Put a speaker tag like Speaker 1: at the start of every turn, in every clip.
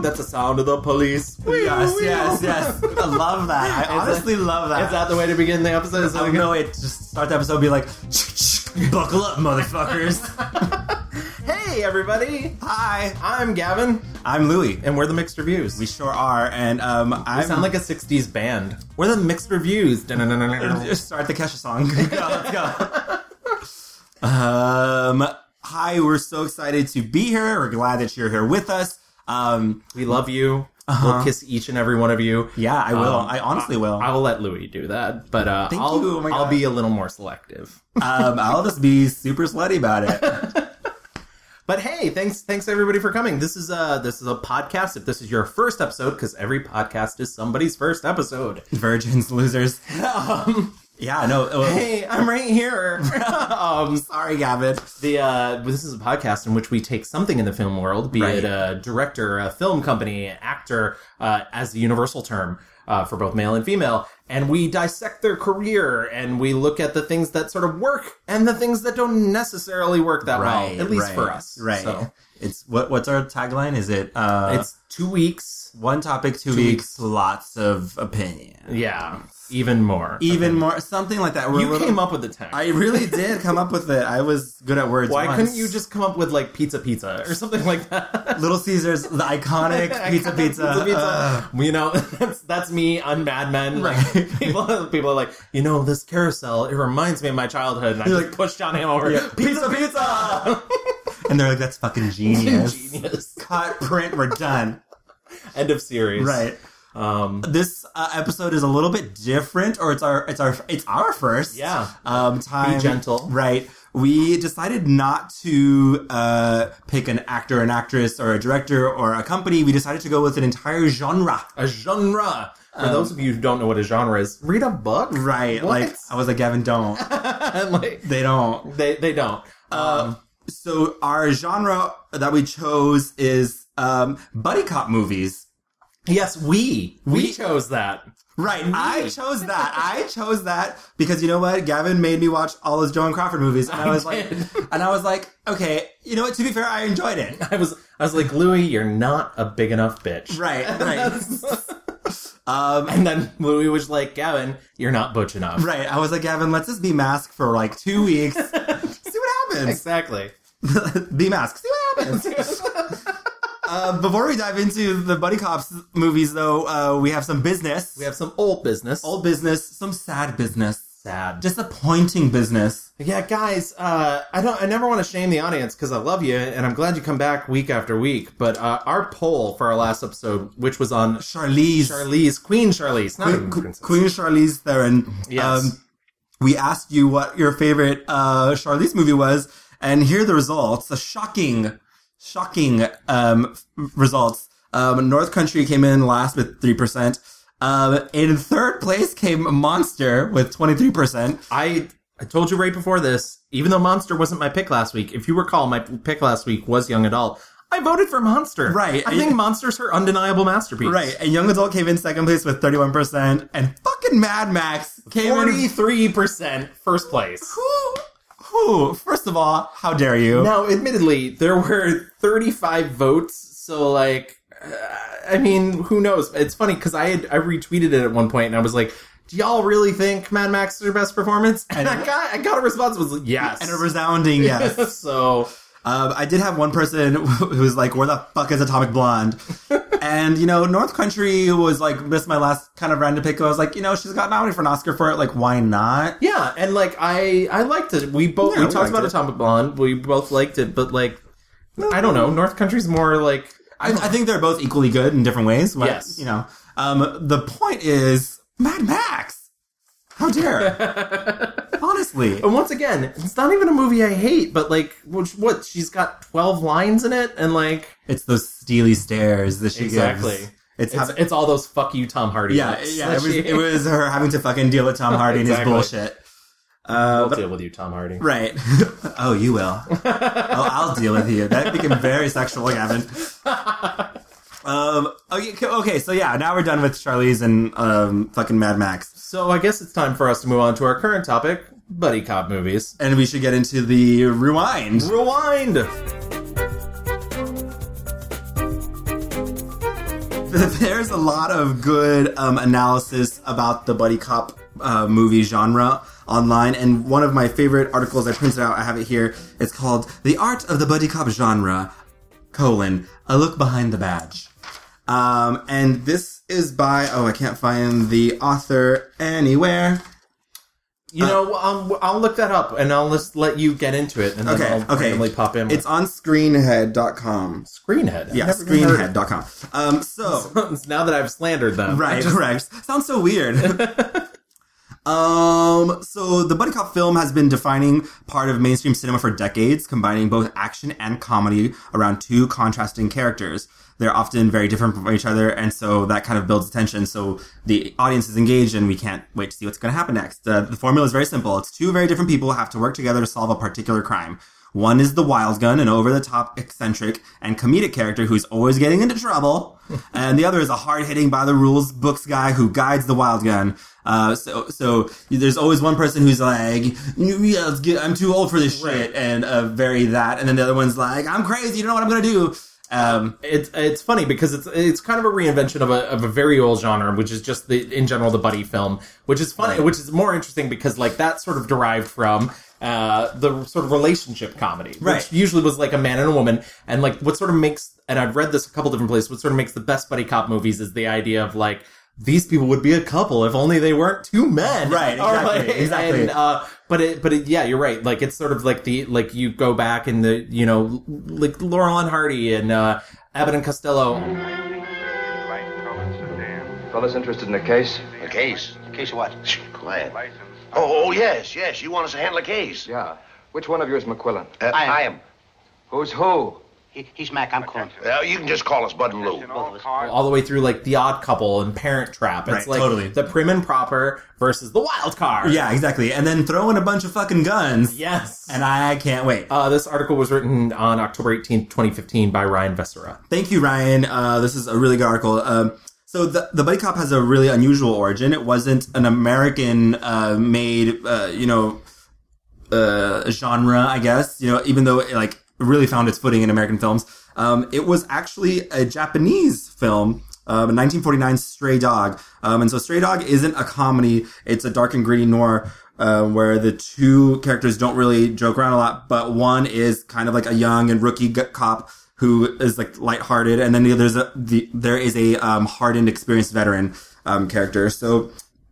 Speaker 1: That's the sound of the police.
Speaker 2: Yes, yes, yes. I love that. I
Speaker 1: It's
Speaker 2: honestly love
Speaker 1: Is
Speaker 2: that.
Speaker 1: that the way to begin the episode? Is
Speaker 2: I
Speaker 1: that
Speaker 2: would know it. Just start the episode. Be like, buckle up, motherfuckers.
Speaker 1: good? Hey, everybody.
Speaker 2: Hi,
Speaker 1: I'm Gavin,
Speaker 2: I'm Louie.
Speaker 1: and we're the Mixed Reviews.
Speaker 2: We sure are, and um, I
Speaker 1: I sound like a 60s band. We're the Mixed Reviews. Dun-dun-dun-dun-dun.
Speaker 2: start the Kesha song. yeah, let's go. um, hi, we're so excited to be here. We're glad that you're here with us. Um,
Speaker 1: we love you.
Speaker 2: Uh-huh.
Speaker 1: We'll kiss each and every one of you.
Speaker 2: yeah, I will.
Speaker 1: Um,
Speaker 2: I honestly will.
Speaker 1: I'll let Louis do that, but uh,
Speaker 2: Thank
Speaker 1: I'll,
Speaker 2: you. Oh my
Speaker 1: I'll
Speaker 2: God.
Speaker 1: be a little more selective.
Speaker 2: um, I'll just be super slutty about it.
Speaker 1: But hey, thanks thanks everybody for coming. This is a this is a podcast. If this is your first episode, because every podcast is somebody's first episode.
Speaker 2: Virgins, losers.
Speaker 1: Um,
Speaker 2: Yeah, no. uh, well,
Speaker 1: hey, I'm right here. um,
Speaker 2: Sorry, Gavin.
Speaker 1: the uh, this is a podcast in which we take something in the film world, be
Speaker 2: Right.
Speaker 1: it a director, a film company, an actor, uh, as the universal term uh, for both male and female, and we dissect their career and we look at the things that sort of work and the things that don't necessarily work that
Speaker 2: right,
Speaker 1: well, at least
Speaker 2: right,
Speaker 1: for us.
Speaker 2: Right.
Speaker 1: So,
Speaker 2: It's what? What's our tagline? Is it? Uh,
Speaker 1: it's two weeks.
Speaker 2: one topic, two, weeks, lots of opinion.
Speaker 1: Yeah, even more.
Speaker 2: Even more, something like that. We're a
Speaker 1: you
Speaker 2: little-
Speaker 1: came up with the tag.
Speaker 2: I really did come up with it. I was good at words.
Speaker 1: Why
Speaker 2: once.
Speaker 1: couldn't you just come up with like pizza, pizza, or something like that?
Speaker 2: Little Caesars, the iconic pizza, Uh, pizza, Ugh.
Speaker 1: Uh, You know, that's that's me on Mad Men.
Speaker 2: Right.
Speaker 1: Like people, people are like, you know, this carousel. It reminds me of my childhood, and I
Speaker 2: You're
Speaker 1: just
Speaker 2: like,
Speaker 1: pushed John Hamm over.
Speaker 2: yeah,
Speaker 1: Pizza, pizza.
Speaker 2: and they're like, "That's fucking genius."
Speaker 1: Genius.
Speaker 2: Cut, print, we're done.
Speaker 1: End of series.
Speaker 2: Right.
Speaker 1: Um.
Speaker 2: This uh, episode is a little bit different, or it's our, it's our, it's our first.
Speaker 1: Yeah.
Speaker 2: Um, time.
Speaker 1: Be gentle.
Speaker 2: Right. We decided not to uh, pick an actor, an actress, or a director, or a company. We decided to go with an entire genre.
Speaker 1: A genre. For those of you who don't know what a genre is, read a book.
Speaker 2: Um, Right.
Speaker 1: What?
Speaker 2: Like I was like, Gavin, don't.
Speaker 1: And, like,
Speaker 2: they don't.
Speaker 1: they they don't. Um,
Speaker 2: So our genre that we chose is um, buddy cop movies.
Speaker 1: Yes, we. We,
Speaker 2: We-
Speaker 1: chose that.
Speaker 2: Right, I chose that. I chose that because you know what? Gavin made me watch all those Joan Crawford movies, and I,
Speaker 1: I
Speaker 2: was
Speaker 1: did.
Speaker 2: like, and I was like, okay, you know what? To be fair, I enjoyed it.
Speaker 1: I was I was like, Louis, you're not a big enough bitch.
Speaker 2: Right, right,
Speaker 1: um and then Louis was like, Gavin, you're not butch enough.
Speaker 2: right. I was like, Gavin, let's just be mask for like two weeks, see what happens.
Speaker 1: Exactly.
Speaker 2: be mask, see what happens. Uh, before we dive into the buddy cops movies, though, uh, we have some business,
Speaker 1: we have some old business.
Speaker 2: old business, some sad business.
Speaker 1: sad.
Speaker 2: disappointing business.
Speaker 1: yeah, guys, uh I don't I never want to shame the audience because I love you and I'm glad you come back week after week. But uh our poll for our last episode, which was on
Speaker 2: Charlize,
Speaker 1: Charlize, Queen Charlize, not even
Speaker 2: Queen,
Speaker 1: Princess. Um,
Speaker 2: Queen Charlize Theron. Um,
Speaker 1: Yes.
Speaker 2: we asked you what your favorite uh, Charlize movie was, and here are the results. The shocking, shocking um, f- results. Um, North Country came in last with three percent. Um, in third place came Monster with twenty three percent.
Speaker 1: I I told you right before this, even though Monster wasn't my pick last week, if you recall, my pick last week was Young Adult. I voted for Monster.
Speaker 2: Right.
Speaker 1: I think Monster's her undeniable masterpiece.
Speaker 2: Right, and Young Adult came in second place with thirty one percent, and fucking Mad Max came in.
Speaker 1: 43% first place.
Speaker 2: Who? Who? First of all, how dare you?
Speaker 1: Now, admittedly, there were 35 votes, so like, uh, I mean, who knows? It's funny because I had I retweeted it at one point and I was like, do y'all really think Mad Max is her best performance? And, I got I got a response that was like, yes.
Speaker 2: And a resounding yes.
Speaker 1: so
Speaker 2: um, I did have one person who was like, "Where the fuck is Atomic Blonde?" and you know, North Country was like, "This is my last kind of random pick." I was like, you know, she's got nominated for an Oscar for it. Like, why not?
Speaker 1: Yeah, and like I, I liked it. We both
Speaker 2: Yeah,
Speaker 1: we
Speaker 2: we
Speaker 1: talked
Speaker 2: liked
Speaker 1: about
Speaker 2: it.
Speaker 1: Atomic Blonde. We both liked it, but like I don't know. North Country's more like
Speaker 2: I, I think they're both equally good in different ways. But,
Speaker 1: Yes.
Speaker 2: you know, um, the point is Mad Max. How dare? Honestly,
Speaker 1: and once again, it's not even a movie I hate, but like which, what she's got twelve lines in it, and like
Speaker 2: it's those steely stares that she
Speaker 1: Exactly.
Speaker 2: gives. It's,
Speaker 1: it's,
Speaker 2: having
Speaker 1: it's all those fuck you Tom Hardy. uh,
Speaker 2: yeah,
Speaker 1: looks
Speaker 2: yeah.
Speaker 1: that
Speaker 2: It was,
Speaker 1: she-
Speaker 2: it was her having to fucking deal with Tom Hardy
Speaker 1: Exactly.
Speaker 2: and his bullshit. Uh,
Speaker 1: I'll deal with you, Tom Hardy.
Speaker 2: Right. oh, you will. oh, I'll deal with you. That became very sexual, Gavin. Um. Okay. c- Okay. So yeah, now we're done with Charlize and um fucking Mad Max,
Speaker 1: So I guess it's time for us to move on to our current topic: buddy cop movies.
Speaker 2: and we should get into the rewind.
Speaker 1: Rewind.
Speaker 2: there's a lot of good um, analysis about the buddy cop uh, movie genre online, and one of my favorite articles I printed out, I have it here. It's called "The Art of the Buddy Cop Genre: colon A Look Behind the Badge," um, and this is by oh I can't find the author anywhere.
Speaker 1: You know, um, I'll look that up and I'll just let you get into it, and then
Speaker 2: Okay,
Speaker 1: I'll
Speaker 2: okay.
Speaker 1: randomly pop in.
Speaker 2: It's on Screenhead.com.
Speaker 1: Screenhead. I've
Speaker 2: Yeah,
Speaker 1: never even heard of
Speaker 2: Screenhead.com. Um, so
Speaker 1: it. now that I've slandered them,
Speaker 2: Right,
Speaker 1: I just-
Speaker 2: correct. Sounds so weird. um, so the buddy cop film has been defining part of mainstream cinema for decades, combining both action and comedy around two contrasting characters. They're often very different from each other, and so that kind of builds tension. So the audience is engaged, and we can't wait to see what's going to happen next. Uh, the formula is very simple: it's two very different people have to work together to solve a particular crime. One is the wild gun, an over the top, eccentric, and comedic character who's always getting into trouble. and the other is a hard hitting, by the rules books guy who guides the wild gun. Uh, so, so there's always one person who's like, "Yeah, let's get- I'm too old for this
Speaker 1: Right.
Speaker 2: shit, and uh, very that. And then the other one's like, I'm crazy, you don't know what I'm going to do. Um,
Speaker 1: It's it's funny because it's it's kind of a reinvention of a of a very old genre, which is just the in general the buddy film, which is funny, which is more interesting because like that sort of derived from. Uh, the sort of relationship comedy, which
Speaker 2: Right.
Speaker 1: usually was like a man and a woman, and like what sort of makes, and I've read this a couple different places. What sort of makes the best buddy cop movies is the idea of like these people would be a couple if only they weren't two men,
Speaker 2: Right,
Speaker 1: Or,
Speaker 2: exactly,
Speaker 1: like,
Speaker 2: exactly.
Speaker 1: and, uh, but it, but it, yeah, you're right. Like it's sort of like the like you go back in the you know like Laurel and Hardy and uh, Abbott and Costello.
Speaker 3: Light colored sedan.
Speaker 4: Fellas interested in the case?
Speaker 5: A case? A case of what? Shh, quiet.
Speaker 3: License.
Speaker 5: Oh, oh, yes, yes. You want us to handle a case?
Speaker 4: Yeah. Which one of you is McQuillan?
Speaker 5: Uh,
Speaker 6: I am.
Speaker 5: I am.
Speaker 4: Who's who?
Speaker 6: He, he's Mac. I'm calling.
Speaker 5: Uh, you can just call us Bud and Lou.
Speaker 3: And all cars.
Speaker 1: All the way through like The Odd Couple and Parent Trap. It's
Speaker 2: Right,
Speaker 1: like
Speaker 2: totally.
Speaker 1: the prim and proper versus the wild card.
Speaker 2: yeah, exactly. And then throw in a bunch of fucking guns.
Speaker 1: Yes.
Speaker 2: And I can't wait.
Speaker 1: uh, this article was written on October 18th, 2015 by Ryan Vessera.
Speaker 2: Thank you, Ryan. Uh, this is a really good article. Um, so the, the buddy cop has a really unusual origin. It wasn't an American uh, made, uh, you know, uh, genre, I guess. You know, even though it like really found its footing in American films, um, it was actually a Japanese film. Um, 1949 Stray Dog. Um, and so Stray Dog isn't a comedy. It's a dark and gritty noir uh, where the two characters don't really joke around a lot, but one is kind of like a young and rookie g- cop who is like lighthearted. And then the, there's a, the, there is a um, hardened, experienced veteran um, character. So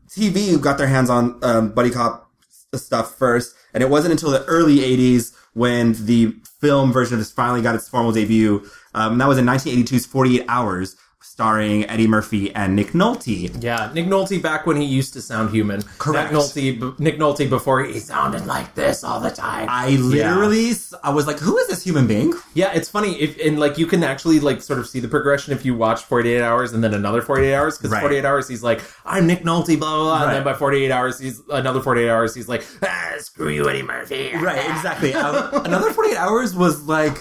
Speaker 2: TV got their hands on um, buddy cop s- stuff first, and it wasn't until the early '80s when the film version of this finally got its formal debut. Um, that was in 1982's 48 Hours, starring Eddie Murphy and Nick Nolte.
Speaker 1: Yeah, Nick Nolte back when he used to sound human.
Speaker 2: Correct.
Speaker 1: Nick Nolte, b- Nick Nolte before he sounded like this all the time.
Speaker 2: I literally, s I I was like, who is this human being?
Speaker 1: Yeah, it's funny if and like you can actually like sort of see the progression if you watch 48 hours and then another 48 hours because
Speaker 2: Right.
Speaker 1: 48 hours he's like I'm Nick Nolte blah blah blah
Speaker 2: Right.
Speaker 1: and then by 48 hours he's another 48 hours he's like ah, screw you Eddie Murphy
Speaker 2: Right, exactly. Um, another 48 Hours was like,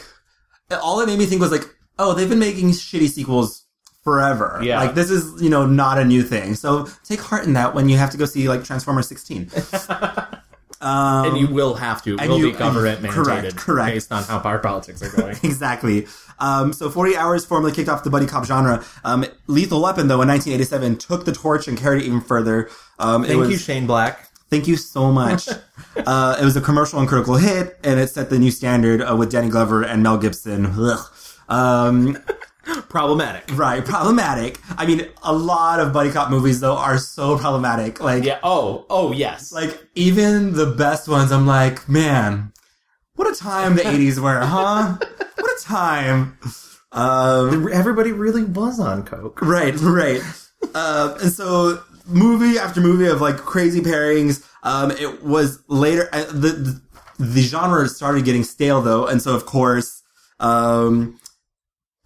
Speaker 2: all it made me think was like, oh, they've been making shitty sequels forever.
Speaker 1: Yeah.
Speaker 2: Like, this is, you know, not a new thing. So take heart in that when you have to go see, like, Transformers 16. um,
Speaker 1: and you will have to it
Speaker 2: And
Speaker 1: will
Speaker 2: you-
Speaker 1: be government
Speaker 2: and-
Speaker 1: mandated
Speaker 2: correct, correct.
Speaker 1: based on how power politics are going
Speaker 2: exactly. Um, so 40 Hours formally kicked off the buddy cop genre. Um, Lethal Weapon, though, in 1987, took the torch and carried it even further. Um, it
Speaker 1: thank
Speaker 2: was-
Speaker 1: you Shane Black
Speaker 2: Thank you so much. uh, it was a commercial and critical hit, and it set the new standard uh, with Danny Glover and Mel Gibson. Ugh. Um,
Speaker 1: problematic
Speaker 2: right, problematic. I mean, a lot of buddy cop movies though are so problematic. Like,
Speaker 1: yeah oh oh yes
Speaker 2: like even the best ones, I'm like, man, what a time the '80s were, huh? What a time. Um,
Speaker 1: everybody really was on coke
Speaker 2: Right, right. um, and so movie after movie of like crazy pairings. Um, it was later uh, the, the the genre started getting stale though, and so of course, um,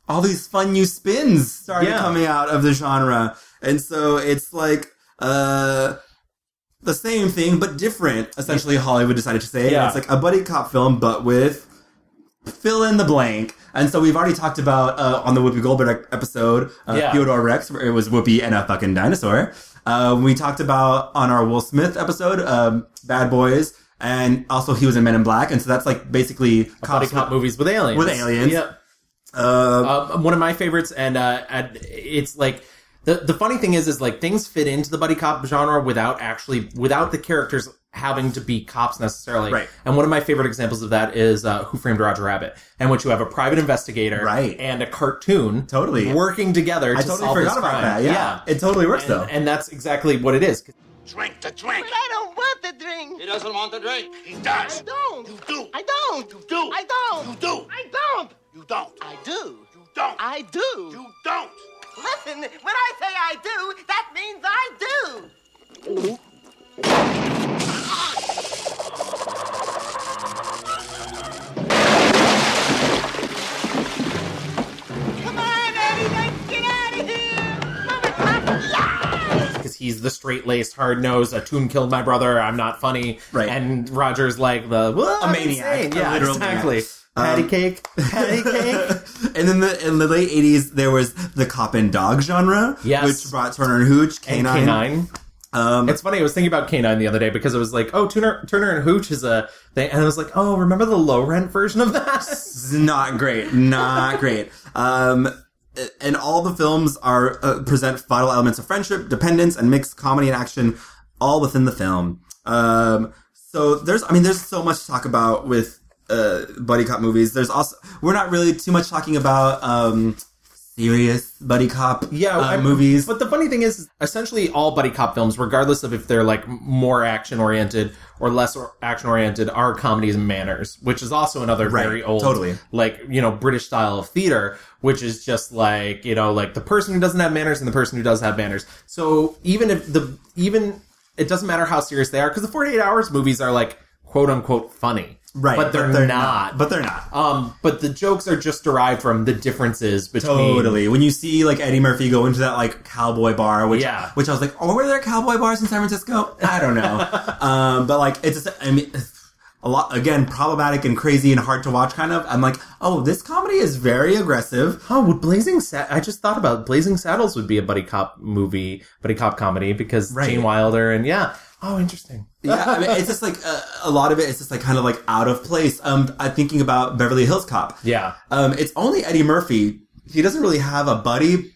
Speaker 2: all these fun new spins started
Speaker 1: Yeah.
Speaker 2: coming out of the genre, and so it's like uh. The same thing, but different. Essentially, Hollywood decided to say,
Speaker 1: Yeah.
Speaker 2: and it's like a buddy cop film, but with fill in the blank. And so we've already talked about uh, on the Whoopi Goldberg episode, uh,
Speaker 1: Yeah.
Speaker 2: Theodore Rex, where it was Whoopi and a fucking dinosaur. Um, we talked about on our Will Smith episode, um, Bad Boys, and also he was in Men in Black, and so that's like basically
Speaker 1: buddy
Speaker 2: cops
Speaker 1: cop movies with aliens
Speaker 2: with aliens.
Speaker 1: yep uh, one of my favorites, and uh, and it's like the the funny thing is, is like things fit into the buddy cop genre without actually without the characters having to be cops necessarily.
Speaker 2: Right.
Speaker 1: And one of my favorite examples of that is uh, Who Framed Roger Rabbit, in which you have a private investigator,
Speaker 2: Right.
Speaker 1: and a cartoon,
Speaker 2: Totally.
Speaker 1: working together.
Speaker 2: I
Speaker 1: to
Speaker 2: totally
Speaker 1: solve this
Speaker 2: forgot about
Speaker 1: crime.
Speaker 2: that. Yeah. It totally works
Speaker 1: And,
Speaker 2: though.
Speaker 1: and that's exactly what it is.
Speaker 5: Drink the drink.
Speaker 6: I don't want the drink.
Speaker 5: He doesn't want the drink. He
Speaker 6: I
Speaker 5: does.
Speaker 6: don't.
Speaker 5: You do.
Speaker 6: I don't.
Speaker 5: You do.
Speaker 6: I don't.
Speaker 5: You do.
Speaker 6: I don't.
Speaker 5: You don't.
Speaker 6: I do.
Speaker 5: You don't.
Speaker 6: I do.
Speaker 5: You don't.
Speaker 6: Listen, when I say I do, that means I do. Come on, Eddie, let's get out of here. Mama, Papa, yeah!
Speaker 1: because he's the straight laced, hard nosed, a tune killed my brother, I'm not funny.
Speaker 2: Right.
Speaker 1: And Roger's like the "Well, I'm
Speaker 2: maniac,
Speaker 1: insane."
Speaker 2: a
Speaker 1: Yeah,
Speaker 2: literal
Speaker 1: exactly.
Speaker 2: maniac.
Speaker 1: Patty
Speaker 2: Um,
Speaker 1: cake. Patty cake.
Speaker 2: and then the, in the late '80s, there was the cop and dog genre,
Speaker 1: Yes.
Speaker 2: which brought Turner and Hooch,
Speaker 1: And
Speaker 2: Canine.
Speaker 1: canine.
Speaker 2: Um,
Speaker 1: It's funny. I was thinking about canine the other day because it was like, oh, Turner, Turner and Hooch is a thing, and I was like, oh, remember the low rent version of that?
Speaker 2: It's not great. Not great. Um, and all the films are uh, present vital elements of friendship, dependence, and mixed comedy and action, all within the film. Um, so there's, I mean, there's so much to talk about with uh, buddy cop movies. There's also we're not really too much talking about um, serious buddy cop
Speaker 1: Yeah,
Speaker 2: uh,
Speaker 1: I-
Speaker 2: movies.
Speaker 1: But the funny thing is, essentially all buddy cop films, regardless of if they're like more action oriented or less action oriented, are comedies and manners, which is also another
Speaker 2: Right,
Speaker 1: very old,
Speaker 2: totally.
Speaker 1: like you know British style of theater, which is just like you know like the person who doesn't have manners and the person who does have manners. So even if the even it doesn't matter how serious they are because the forty eight hours movies are like quote unquote funny,
Speaker 2: right,
Speaker 1: But they're, not.
Speaker 2: But they're not.
Speaker 1: um, but the jokes are just derived from the differences between
Speaker 2: Totally. When you see like Eddie Murphy go into that like cowboy bar, which
Speaker 1: Yeah.
Speaker 2: which I was like, oh, were there cowboy bars in San Francisco? I don't know. um, but like, it's just, I mean, a lot again problematic and crazy and hard to watch. Kind of. I'm like, oh, this comedy is very aggressive.
Speaker 1: Oh, well, Blazing Sa- I just thought about it. Blazing Saddles would be a buddy cop movie, buddy cop comedy because
Speaker 2: Right.
Speaker 1: Gene Wilder and yeah. Oh, interesting.
Speaker 2: Yeah, I mean, it's just like uh, a lot of it. It's just like kind of like out of place. Um, I'm thinking about Beverly Hills Cop.
Speaker 1: Yeah.
Speaker 2: Um, it's only Eddie Murphy. He doesn't really have a buddy.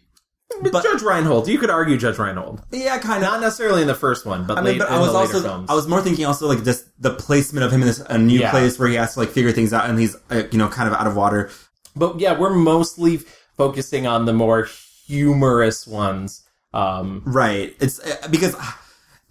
Speaker 1: But,
Speaker 2: But-
Speaker 1: Judge Reinhold, you could argue Judge Reinhold.
Speaker 2: Yeah, kind of.
Speaker 1: Not necessarily in the first one, but,
Speaker 2: I mean,
Speaker 1: late,
Speaker 2: but
Speaker 1: in
Speaker 2: I was
Speaker 1: the later
Speaker 2: also
Speaker 1: films.
Speaker 2: I was more thinking also like just the placement of him in this a new
Speaker 1: Yeah.
Speaker 2: place where he has to like figure things out and he's uh, you know kind of out of water.
Speaker 1: but yeah, we're mostly focusing on the more humorous ones. Um,
Speaker 2: Right. It's uh, because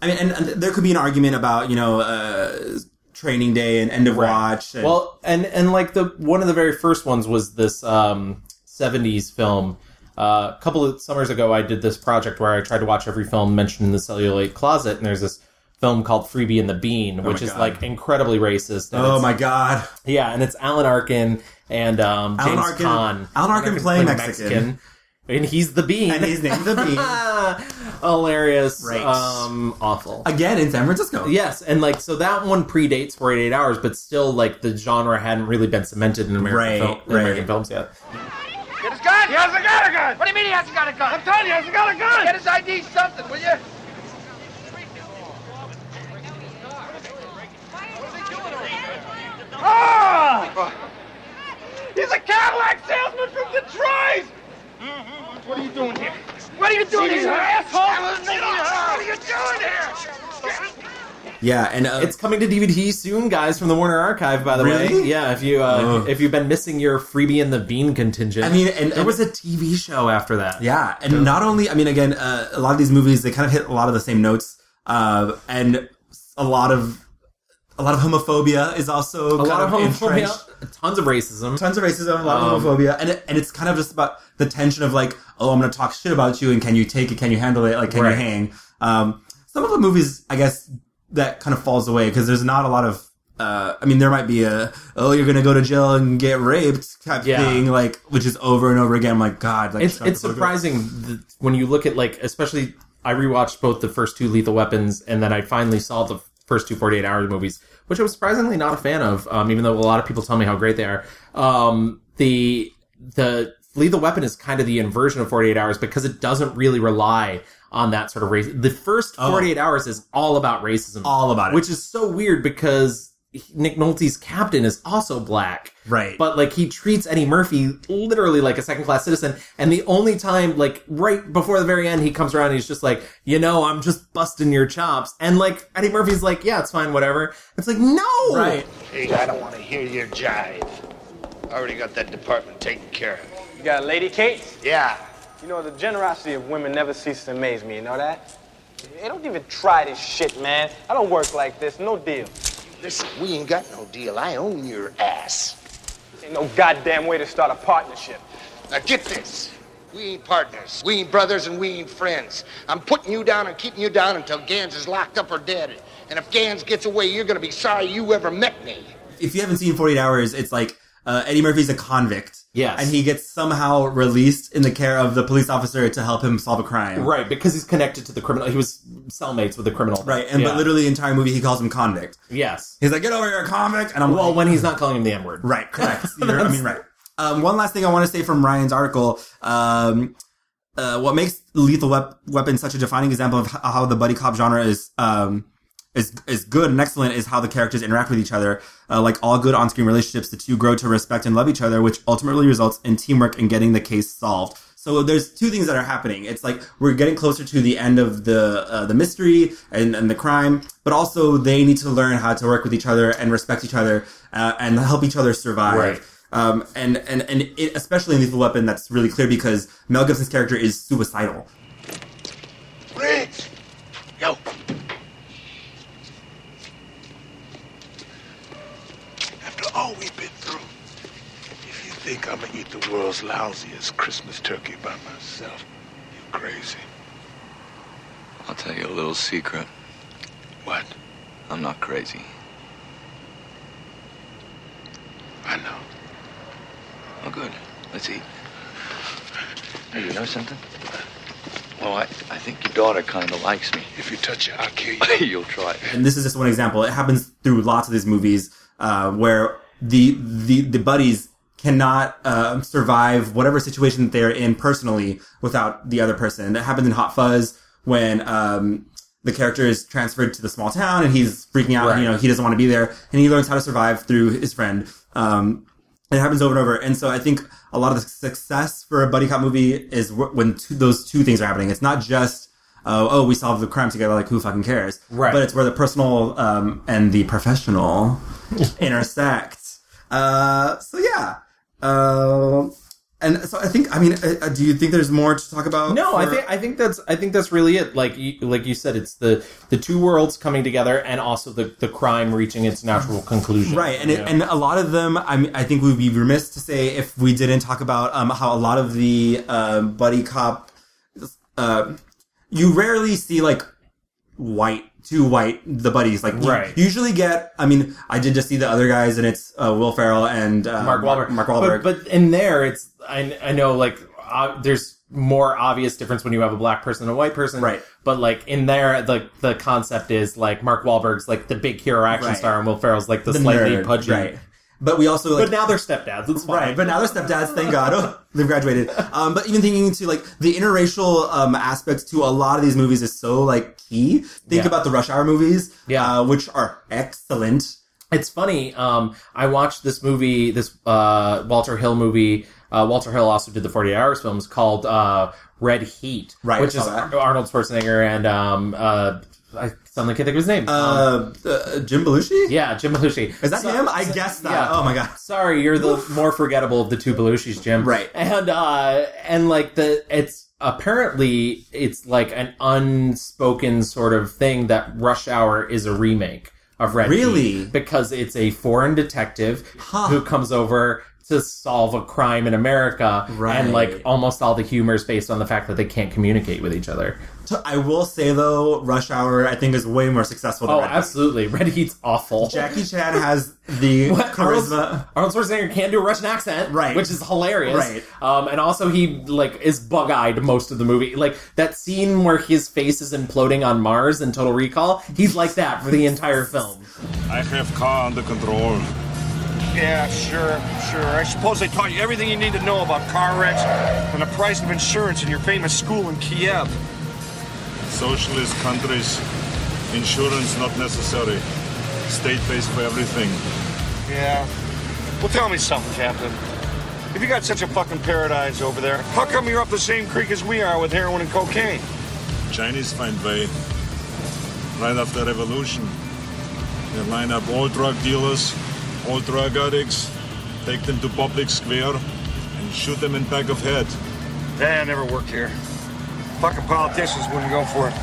Speaker 2: I mean, and, and there could be an argument about you know uh, training day and end of watch. And,
Speaker 1: Well, and and like the one of the very first ones was this um, '70s film. Uh, a couple of summers ago, I did this project where I tried to watch every film mentioned in the cellulite closet, and there's this film called Freebie and the Bean, which is
Speaker 2: Oh God.
Speaker 1: like incredibly racist. and
Speaker 2: oh
Speaker 1: it's-
Speaker 2: my god,
Speaker 1: yeah, and it's Alan Arkin and um,
Speaker 2: Alan
Speaker 1: James
Speaker 2: Arkin-
Speaker 1: Caan.
Speaker 2: Alan Arkin playing Mexican.
Speaker 1: and he's the Bean.
Speaker 2: and his name's the bean
Speaker 1: hilarious,
Speaker 2: Right.
Speaker 1: um, awful.
Speaker 2: again in San Francisco.
Speaker 1: Yes, and like so that one predates 48 Hours, but still like the genre hadn't really been cemented in American,
Speaker 2: Right,
Speaker 1: fil- in
Speaker 2: right.
Speaker 1: American films yet.
Speaker 4: Get his gun! He hasn't got a gun! What do you mean he hasn't got a gun? I'm telling you, he hasn't got a gun! Get his ID something, will you? Ah! He's a Cadillac salesman from Detroit! Mm-hmm. What are you doing here? What are you doing here, you asshole? Uh, What are you doing here?
Speaker 2: Yeah, and uh,
Speaker 1: It's coming to DVD soon, guys, from the Warner Archive. By the way,
Speaker 2: Really?
Speaker 1: yeah. If you uh,
Speaker 2: Ugh.
Speaker 1: if you've been missing your freebie and the bean contingent,
Speaker 2: I mean, and-
Speaker 1: there
Speaker 2: and-
Speaker 1: was a TV show after that.
Speaker 2: Yeah, and not only, I mean, again, uh, a lot of these movies they kind of hit a lot of the same notes, uh, and a lot of a lot of homophobia is also
Speaker 1: a
Speaker 2: kind
Speaker 1: lot of homophobia, Um,
Speaker 2: entrenched.
Speaker 1: tons of racism.
Speaker 2: Tons of racism, a lot of homophobia, and it, and it's kind of just about the tension of like, oh, I'm going to talk shit about you, and can you take it? Can you handle it? Like, can
Speaker 1: Right.
Speaker 2: you hang? Um, some of the movies, I guess, that kind of falls away because there's not a lot of. Uh, I mean, there might be a oh, you're going to go to jail and get raped type
Speaker 1: Yeah.
Speaker 2: thing, like which is over and over again. I'm like, God, like
Speaker 1: it's
Speaker 2: shut
Speaker 1: it's
Speaker 2: the fuck up.
Speaker 1: surprising that when you look at like especially I rewatched both the first two Lethal Weapons and then I finally saw the first two 48 hour movies, which I was surprisingly not a fan of, um, even though a lot of people tell me how great they are. Um, the the Lethal Weapon is kind of the inversion of 48 hours because it doesn't really rely on that sort of race. The first 48 hours is all about racism,
Speaker 2: Oh. All about it.
Speaker 1: which is so weird because Nick Nolte's captain is also black.
Speaker 2: Right.
Speaker 1: But like he treats Eddie Murphy literally like a second class citizen. And the only time, like right before the very end, he comes around and he's just like, you know, I'm just busting your chops. And like Eddie Murphy's like, yeah, it's fine, whatever. It's like, no.
Speaker 2: Right.
Speaker 7: Hey, I don't want to hear your jive. I already got that department taken care of.
Speaker 8: You got Lady Kate?
Speaker 7: Yeah.
Speaker 8: You know, the generosity of women never ceases to amaze me, you know that? They don't even try this shit, man. I don't work like this, no deal.
Speaker 7: Listen, we ain't got no deal. I own your ass.
Speaker 8: Ain't no goddamn way to start a partnership.
Speaker 7: Now get this. We ain't partners. We ain't brothers and we ain't friends. I'm putting you down and keeping you down until Gans is locked up or dead. And if Gans gets away, you're going to be sorry you ever met me.
Speaker 2: if you haven't seen 48 Hours, it's like uh, Eddie Murphy's a convict.
Speaker 1: Yes.
Speaker 2: And he gets somehow released in the care of the police officer to help him solve a crime.
Speaker 1: Right, because he's connected to the criminal. He was cellmates with the criminal.
Speaker 2: Right. And
Speaker 1: Yeah.
Speaker 2: but literally the entire movie he calls him convict.
Speaker 1: yes.
Speaker 2: He's like, get over here, convict. And I'm
Speaker 1: Well,
Speaker 2: like,
Speaker 1: when he's not calling him the N word.
Speaker 2: right, correct. You're- I mean, right. Um, one last thing I want to say from Ryan's article. Um, uh, what makes Lethal Wep- Weapon such a defining example of h- how the buddy cop genre is um, is is good and excellent is how the characters interact with each other. Uh, like all good on-screen relationships, the two grow to respect and love each other, which ultimately results in teamwork and getting the case solved. So there's two things that are happening. It's like we're getting closer to the end of the uh, the mystery and, and the crime, but also they need to learn how to work with each other and respect each other uh, and help each other survive.
Speaker 1: Right.
Speaker 2: Um, and and and it, especially in *Lethal Weapon*, that's really clear because Mel Gibson's character is suicidal.
Speaker 7: Briggs! Yo!
Speaker 9: After all we've been through, if you think I'm gonna eat the world's lousiest Christmas turkey by myself, you're crazy.
Speaker 10: I'll tell you a little secret.
Speaker 9: What?
Speaker 10: I'm not crazy.
Speaker 9: I know.
Speaker 10: Oh, good. Let's eat. Hey, you know something? Oh, I, I think your daughter kind of likes me.
Speaker 9: If you touch it, I'll kill you.
Speaker 10: You'll try.
Speaker 2: And this is just one example. It happens through lots of these movies uh, where the the the buddies cannot um survive whatever situation that they're in personally without the other person. That happens in Hot Fuzz when um, the character is transferred to the small town and he's freaking out. You know, he doesn't want to be there, and he learns how to survive through his friend. Um, it happens over and over. And so I think a lot of the success for a buddy cop movie is wh- when two, those two things are happening. It's not just, uh, oh, we solved the crime together, like who fucking cares?
Speaker 1: Right.
Speaker 2: But it's where the personal um, and the professional intersect. Uh, so yeah. Um and so I think, I mean, uh, uh, do you think there's more to talk about?
Speaker 1: No, I
Speaker 2: for-
Speaker 1: think I think that's I think that's really it. Like you, like you said, it's the the two worlds coming together, and also the the crime reaching its natural conclusion.
Speaker 2: Right, and it, and a lot of them, I mean, I think we'd be remiss to say if we didn't talk about um, how a lot of the um, buddy cop, uh, you rarely see like white, two white the buddies. Like you
Speaker 1: Right.
Speaker 2: usually get. I mean, I did just see the other guys, and it's uh, Will Ferrell and uh,
Speaker 1: Mark Wahlberg.
Speaker 2: Mark Wahlberg.
Speaker 1: But, but in there, it's I, I know like uh, there's more obvious difference when you have a black person and a white person,
Speaker 2: Right.
Speaker 1: But like in there, the the concept is like Mark Wahlberg's like the big hero action
Speaker 2: Right.
Speaker 1: star, and Will Ferrell's like the, slightly
Speaker 2: nerd,
Speaker 1: pudgy.
Speaker 2: right? But we also like,
Speaker 1: But now they're stepdads. It's fine.
Speaker 2: Right, but now they're stepdads. Thank God, oh, they've graduated. Um, but even thinking to like the interracial um, aspects to a lot of these movies is so like key. Think
Speaker 1: Yeah.
Speaker 2: about the Rush Hour movies,
Speaker 1: Yeah.
Speaker 2: uh, which are excellent.
Speaker 1: It's funny. Um, I watched this movie, this uh, Walter Hill movie. Uh, Walter Hill also did the Forty Eight Hours films called uh, Red Heat,
Speaker 2: Right,
Speaker 1: Which
Speaker 2: I
Speaker 1: is
Speaker 2: saw that.
Speaker 1: Arnold Schwarzenegger and um, uh, I suddenly can't think of his name. Um,
Speaker 2: Uh, uh, Jim Belushi,
Speaker 1: yeah, Jim Belushi.
Speaker 2: is that
Speaker 1: So-
Speaker 2: him? I guess that.
Speaker 1: yeah.
Speaker 2: Oh my God.
Speaker 1: Sorry, you're the more forgettable of the two Belushis, Jim.
Speaker 2: Right.
Speaker 1: And uh and like the it's apparently it's like an unspoken sort of thing that Rush Hour is a remake of Red
Speaker 2: Really?
Speaker 1: Heat because it's a foreign detective who comes over to solve a crime in America
Speaker 2: Right.
Speaker 1: and like almost all the humor is based on the fact that they can't communicate with each other.
Speaker 2: So I will say though, Rush Hour I think is way more successful. Than
Speaker 1: Oh,
Speaker 2: Red Hook.
Speaker 1: absolutely. Red Heat's awful.
Speaker 2: Jackie Chan has the
Speaker 1: What?
Speaker 2: charisma.
Speaker 1: Arnold, Arnold Schwarzenegger can do a Russian accent,
Speaker 2: Right.
Speaker 1: Which is hilarious,
Speaker 2: Right.
Speaker 1: Um, and also he like is bug eyed most of the movie. Like that scene where his face is imploding on Mars in Total Recall, he's like that for the entire film.
Speaker 9: I have car under control.
Speaker 4: Yeah, sure, sure. I suppose they taught you everything you need to know about car wrecks and the price of insurance in your famous school in Kiev.
Speaker 9: Socialist countries, insurance not necessary.
Speaker 11: State face for everything.
Speaker 12: Yeah. Well, tell me something, Captain. If you got such a fucking paradise over there, how come you're up the same creek as we are with heroin and cocaine?
Speaker 11: Chinese find way. Right after revolution, they line up all drug dealers, all drug addicts, take them to public square, and shoot them in back of head.
Speaker 12: Yeah, I never worked here. Fucking politicians wouldn't go for it.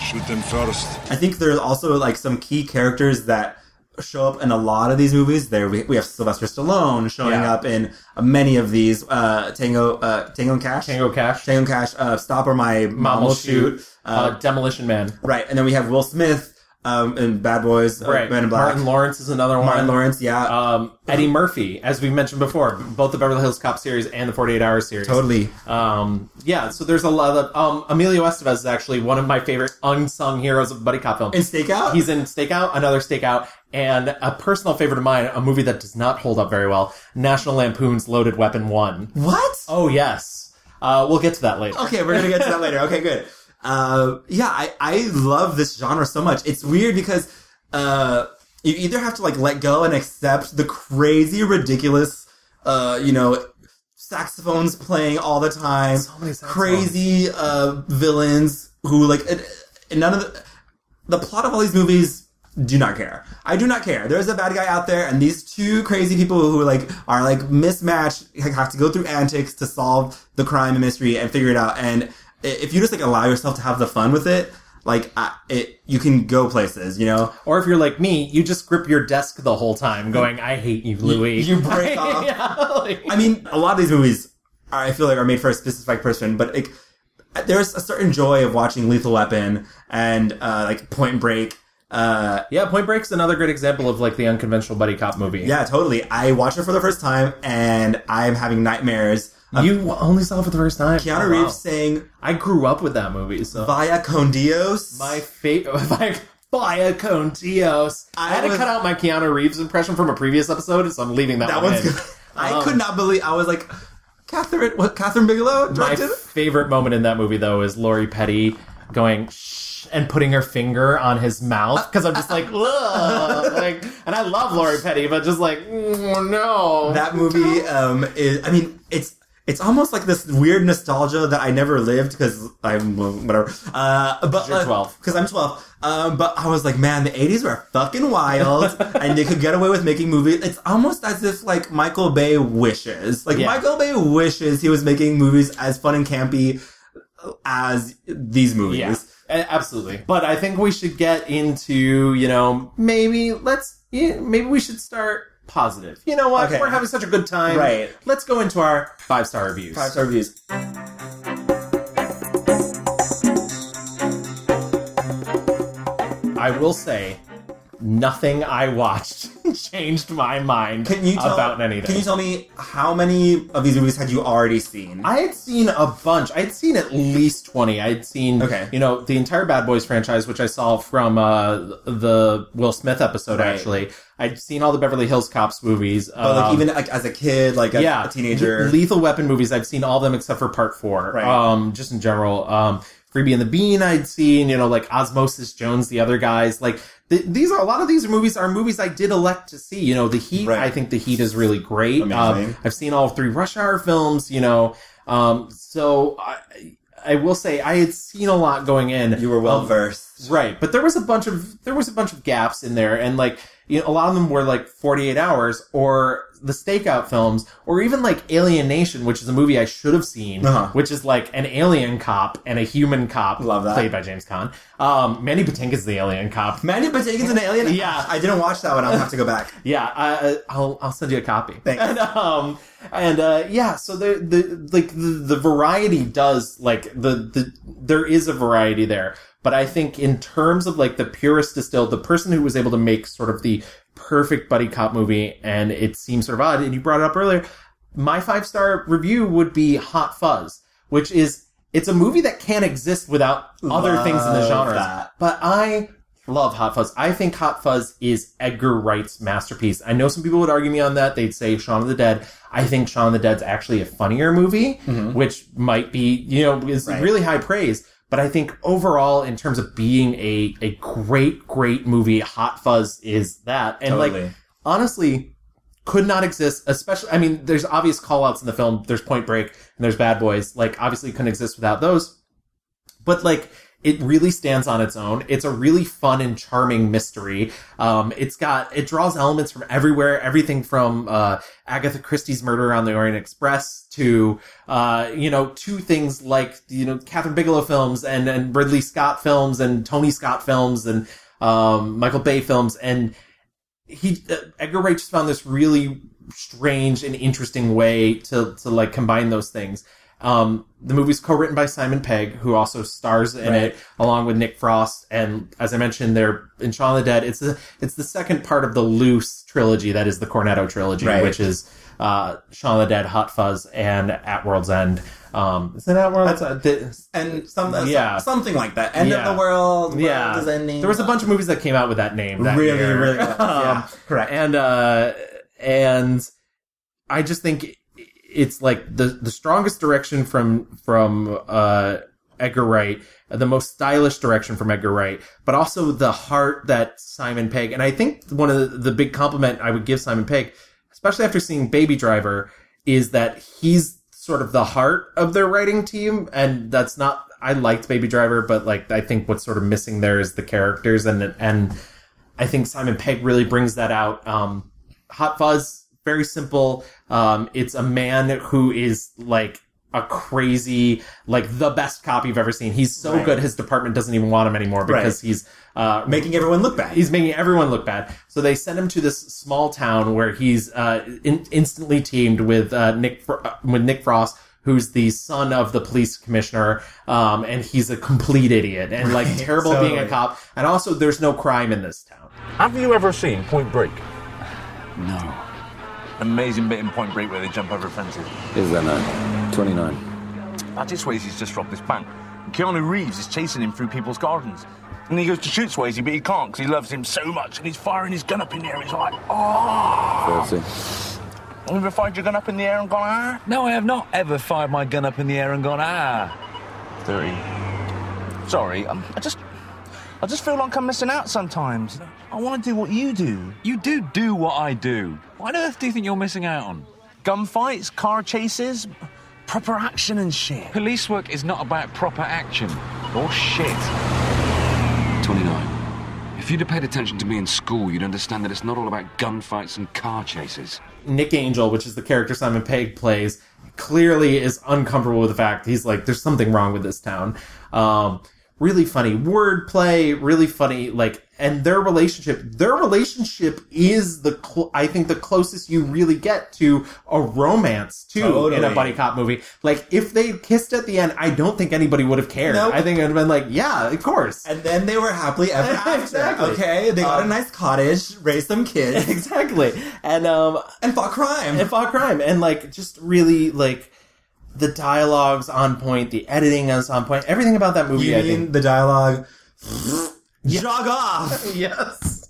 Speaker 11: Shoot them first.
Speaker 2: I think there's also like some key characters that show up in a lot of these movies. There we, we have Sylvester Stallone showing
Speaker 1: Yeah.
Speaker 2: up in uh, many of these. Uh, Tango, uh, Tango and Cash, Tango
Speaker 1: Cash,
Speaker 2: Tango and Cash. Uh, Stop or my mom, will shoot.
Speaker 1: Uh, Demolition Man.
Speaker 2: Right, and then we have Will Smith um, in Bad Boys, uh,
Speaker 1: Right.
Speaker 2: Men in Black.
Speaker 1: Martin Lawrence is another one.
Speaker 2: Martin Lawrence, yeah.
Speaker 1: Um, Eddie Murphy, as we mentioned before, both the Beverly Hills Cop series and the 48 Hour series.
Speaker 2: Totally.
Speaker 1: Um, yeah, so there's a lot of. Um, Emilio Estevez is actually one of my favorite unsung heroes of Buddy Cop films.
Speaker 2: In Stakeout?
Speaker 1: He's in Stakeout, another Stakeout, and a personal favorite of mine, a movie that does not hold up very well National Lampoon's Loaded Weapon 1.
Speaker 2: What?
Speaker 1: Oh, yes. Uh, we'll get to that later.
Speaker 2: Okay, we're gonna get to that later. Okay, good. Uh, yeah, I, I love this genre so much. It's weird because uh, you either have to like let go and accept the crazy, ridiculous, uh, you know, saxophones playing all the time, crazy uh, villains who like it, it- none of the the plot of all these movies do not care. I do not care. There's a bad guy out there, and these two crazy people who like are like mismatched like, have to go through antics to solve the crime and mystery and figure it out. And i- if you just like allow yourself to have the fun with it, like I, it, you can go places. You know.
Speaker 1: Or if you're like me, you just grip your desk the whole time, going, "I hate you, Louis."
Speaker 2: You break off. I mean, a lot of these movies, are, I feel like, are made for a specific person, but like, there's a certain joy of watching Lethal Weapon and uh, like Point Break. Uh,
Speaker 1: yeah, Point Break's another good example of like the unconventional buddy cop movie.
Speaker 2: Yeah, totally. I watched it for the first time, and I'm having nightmares.
Speaker 1: you only saw it for the first time.
Speaker 2: Keanu
Speaker 1: Oh, wow.
Speaker 2: Reeves saying,
Speaker 1: "I grew up with that movie." So
Speaker 2: "Via con Dios."
Speaker 1: My favorite, like via con Dios. I, had to
Speaker 2: was-
Speaker 1: cut out my Keanu Reeves impression from a previous episode, so I'm leaving that,
Speaker 2: That
Speaker 1: one
Speaker 2: one's
Speaker 1: in.
Speaker 2: good. I
Speaker 1: Um,
Speaker 2: could not believe. I was like, Catherine, what? Catherine Bigelow
Speaker 1: My
Speaker 2: directed? it?
Speaker 1: favorite moment in that movie, though, is Lori Petty going shh and putting her finger on his mouth because I'm just like, ugh, like, and I love Lori Petty, but just like, mm, no,
Speaker 2: that movie um, is. I mean, it's it's almost like this weird nostalgia that I never lived because I'm well, whatever. Uh, but
Speaker 1: You're 12.
Speaker 2: because I'm twelve. Um, but I was like, man, the '80s were fucking wild, and they could get away with making movies. It's almost as if like Michael Bay wishes, like
Speaker 1: Yeah.
Speaker 2: Michael Bay wishes he was making movies as fun and campy as these movies.
Speaker 1: Yeah, a- absolutely. But I think we should get into you know maybe let's yeah, maybe we should start positive. You know what?
Speaker 2: Okay.
Speaker 1: We're having such a good time.
Speaker 2: Right.
Speaker 1: Let's go into our five star reviews.
Speaker 2: Five star reviews.
Speaker 1: I will say, nothing I watched changed my mind
Speaker 2: Can you tell,
Speaker 1: about anything.
Speaker 2: Can you tell me how many of these movies had you already seen?
Speaker 1: I had seen a bunch. I had seen at least twenty. I had seen,
Speaker 2: Okay.
Speaker 1: you know, the entire Bad Boys franchise, which I saw from uh, the Will Smith episode.
Speaker 2: Right.
Speaker 1: Actually, I'd seen all the Beverly Hills Cops movies.
Speaker 2: But like
Speaker 1: um,
Speaker 2: even like as a kid, like a,
Speaker 1: yeah,
Speaker 2: a teenager,
Speaker 1: Le- Lethal Weapon movies. I've seen all of them except for Part Four.
Speaker 2: Right.
Speaker 1: Um, just in general, um, Freebie and the Bean. I'd seen, you know, like Osmosis Jones, the other guys. Like th- these are a lot of these movies are movies I did elect to see. You know, The Heat. I think The Heat is really great. Um,
Speaker 2: Amazing.
Speaker 1: I've seen all three Rush Hour films. You know, um, so I, I will say I had seen a lot going in.
Speaker 2: you were well
Speaker 1: Um,
Speaker 2: versed.
Speaker 1: Right, but there was a bunch of there was a bunch of gaps in there, and like you know, a lot of them were like Forty Eight Hours or the Stakeout films, or even like Alienation, which is a movie I should have seen,
Speaker 2: Uh-huh.
Speaker 1: which is like an alien cop and a human cop,
Speaker 2: Love that.
Speaker 1: played by James Caan. Um, Manny Patinkin's the alien cop.
Speaker 2: Mandy Patinkin's an alien.
Speaker 1: Yeah.
Speaker 2: I didn't watch that one. I'll have to go back.
Speaker 1: Yeah, I, I- I'll I'll send you a copy.
Speaker 2: Thanks.
Speaker 1: And, um, and uh, yeah, so the the like the, the variety does like the the there is a variety there, but I think in terms of like the purest distilled, the person who was able to make sort of the perfect buddy cop movie, and it seems sort of odd. And you brought it up earlier. My five star review would be Hot Fuzz, which is it's a movie that can't exist without other
Speaker 2: Love
Speaker 1: things in the genre.
Speaker 2: that.
Speaker 1: But I love Hot Fuzz. I think Hot Fuzz is Edgar Wright's masterpiece. I know some people would argue me on that. They'd say Shaun of the Dead. I think Shaun of the Dead's actually a funnier movie, which might be, you know, is
Speaker 2: Mm-hmm. Right.
Speaker 1: really high praise. But I think overall, in terms of being a a great great movie, Hot Fuzz is that. And
Speaker 2: Totally.
Speaker 1: like honestly, could not exist. Especially, I mean, there's obvious call outs in the film. There's Point Break and there's Bad Boys. Like obviously, couldn't exist without those but like it really stands on its own. It's a really fun and charming mystery. Um, it's got it draws elements from everywhere, everything from uh, Agatha Christie's Murder on the Orient Express to uh, you know to things like you know Catherine Bigelow films and and Ridley Scott films and Tony Scott films and um, Michael Bay films and he uh, Edgar Wright just found this really strange and interesting way to to like combine those things. Um, the movie's co-written by Simon Pegg, who also stars in
Speaker 2: Right.
Speaker 1: it along with Nick Frost. And as I mentioned, they're in Shaun of the Dead. It's the it's the second part of the Loose trilogy that is the Cornetto trilogy,
Speaker 2: Right.
Speaker 1: which is uh, Shaun of the Dead, Hot Fuzz, and At World's End. Um, is it At World's End?
Speaker 2: and some
Speaker 1: yeah,
Speaker 2: something like that. End
Speaker 1: Yeah.
Speaker 2: of the world.
Speaker 1: Yeah,
Speaker 2: world is ending.
Speaker 1: there was a bunch of movies that came out with that name. That
Speaker 2: Really,
Speaker 1: year.
Speaker 2: really, yeah,
Speaker 1: correct. And uh, and I just think it's like the the strongest direction from from uh, Edgar Wright, the most stylish direction from Edgar Wright, but also the heart that Simon Pegg. And I think one of the, the big compliment I would give Simon Pegg, especially after seeing Baby Driver, is that he's sort of the heart of their writing team, and that's not. I liked Baby Driver, but like I think what's sort of missing there is the characters and and I think Simon Pegg really brings that out. Um, Hot Fuzz, very simple. Um, it's a man who is like a crazy, like the best cop you've ever seen. He's so
Speaker 2: Right.
Speaker 1: good, his department doesn't even want him anymore because
Speaker 2: Right.
Speaker 1: he's uh,
Speaker 2: making everyone look bad.
Speaker 1: He's making everyone look bad. So they send him to this small town where he's uh, in- instantly teamed with uh, Nick Fr- uh, with Nick Frost. Who's the son of the police commissioner, um, and he's a complete idiot and like
Speaker 13: Right,
Speaker 1: terrible at being a
Speaker 13: totally.
Speaker 1: cop. And also, there's no crime in this town.
Speaker 13: Have you ever seen Point Break?
Speaker 14: No.
Speaker 13: Amazing bit in Point Break where they jump over fences.
Speaker 14: Is that now? 29.
Speaker 13: That's it, Swayze's just robbed this bank. Keanu Reeves is chasing him through people's gardens. And he goes to shoot Swayze, but he can't because he loves him so much. And he's firing his gun up in the air. He's like, oh!
Speaker 14: 30.
Speaker 13: Have you ever fired your gun up in the air and gone, ah?
Speaker 14: No, I have not ever fired my gun up in the air and gone, ah.
Speaker 13: 30. Sorry, um, I just. I just feel like I'm missing out sometimes. I want to do what you do.
Speaker 14: You do do what I do. What on earth do you think you're missing out on?
Speaker 13: Gunfights, car chases, proper action and shit.
Speaker 14: Police work is not about proper action or shit.
Speaker 15: 29. If you'd have paid attention to me in school, you'd understand that it's not all about gunfights and car chases.
Speaker 1: Nick Angel, which is the character Simon Pegg plays, clearly is uncomfortable with the fact he's like, there's something wrong with this town. Um, really funny wordplay, really funny, like, and their relationship, their relationship is the, cl- I think, the closest you really get to a romance, too, in a
Speaker 2: Totally.
Speaker 1: buddy cop movie. Like, if they kissed at the end, I don't think anybody would have cared.
Speaker 2: Nope.
Speaker 1: I think it would have been like, yeah, of course.
Speaker 2: And then they were happily ever after.
Speaker 1: Exactly.
Speaker 2: Okay, they got
Speaker 1: Um,
Speaker 2: a nice cottage, raised some kids.
Speaker 1: exactly and um
Speaker 2: and fought crime
Speaker 1: and fought crime and like just really like the dialogues on point the editing is on point everything about that movie
Speaker 2: You
Speaker 1: I
Speaker 2: mean
Speaker 1: think-
Speaker 2: the dialogue?
Speaker 1: Jog
Speaker 2: off. E-,
Speaker 1: yes.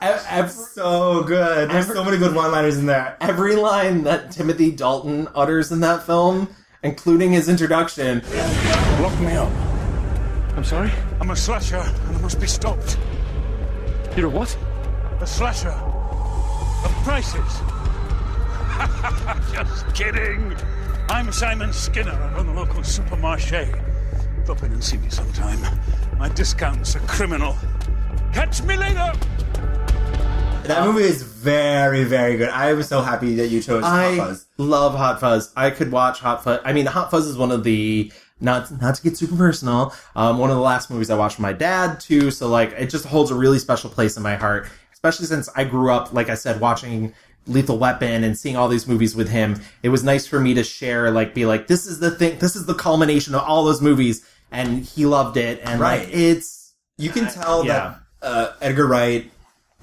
Speaker 1: Every,
Speaker 2: so good. There's so many good one-liners in there.
Speaker 1: Every line that Timothy Dalton utters in that film, including his introduction.
Speaker 16: Lock me up. I'm sorry? I'm a slasher and I must be stopped. You're a what? A slasher. Of prices. Just kidding. I'm Simon Skinner. I run the local supermarché. Drop in and see me sometime. My discount's are criminal. Catch me later!
Speaker 2: That movie is very, very good. I was so happy that you chose
Speaker 1: I
Speaker 2: Hot Fuzz.
Speaker 1: love Hot Fuzz. I could watch Hot Fuzz. I mean, Hot Fuzz is one of the not not to get super personal. Um, one of the last movies I watched with my dad too. So like, it just holds a really special place in my heart, especially since I grew up, like I said, watching Lethal Weapon and seeing all these movies with him. It was nice for me to share, like, be like, this is the thing. This is the culmination of all those movies, and he loved it. And
Speaker 2: Right.
Speaker 1: like, it's
Speaker 2: You can tell
Speaker 1: yeah.
Speaker 2: that uh, Edgar Wright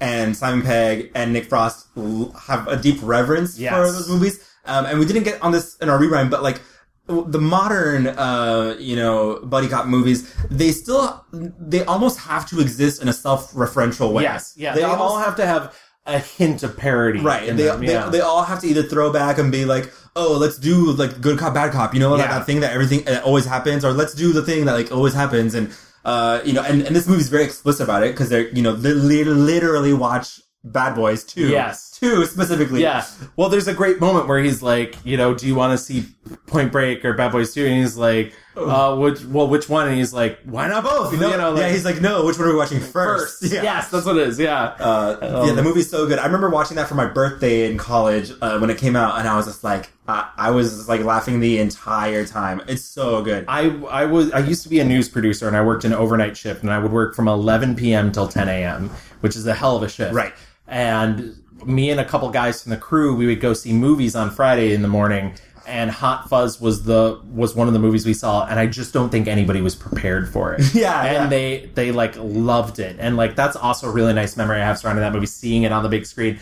Speaker 2: and Simon Pegg and Nick Frost l- have a deep reverence
Speaker 1: Yes.
Speaker 2: for those movies. Um, and we didn't get on this in our rewind, but like w- the modern, uh, you know, buddy cop movies, they still they almost have to exist in a self-referential way.
Speaker 1: Yes, yeah.
Speaker 2: They,
Speaker 1: They,
Speaker 2: almost
Speaker 1: all have to have a hint of parody,
Speaker 2: Right.
Speaker 1: in
Speaker 2: They,
Speaker 1: them,
Speaker 2: they,
Speaker 1: yeah.
Speaker 2: they all have to either throw back and be like, oh, let's do like good cop, bad cop, you know, like
Speaker 1: Yeah.
Speaker 2: that thing that everything that always happens, or let's do the thing that like always happens. And, uh, you know, and, and this movie's very explicit about it because they're, you know, they li- literally watch Bad Boys 2.
Speaker 1: Yes.
Speaker 2: Two specifically.
Speaker 1: Yeah. Well, there's a great moment where he's like, you know, do you want to see Point Break or Bad Boys 2? And he's like, uh, which, well, which one? And he's like, why not both?
Speaker 2: You know, yeah, he's like, no, which one are we watching first?
Speaker 1: first. Yes, that's what it is. Yeah. Um,
Speaker 2: Uh, yeah, the movie's so good. I remember watching that for my birthday in college uh, when it came out, and I was just like, I, I was just, like laughing the entire time. It's so good.
Speaker 1: I, I was I used to be a news producer and I worked an overnight shift and I would work from 11 p.m. till 10 a.m., which is a hell of a shift. Right. And me and a couple guys from the crew, we would go see movies on Friday in the morning. And Hot Fuzz was the was one of the movies we saw, and I just don't think anybody was prepared for it.
Speaker 2: Yeah,
Speaker 1: and
Speaker 2: yeah.
Speaker 1: they they like loved it, and like that's also a really nice memory I have surrounding that movie, seeing it on the big screen,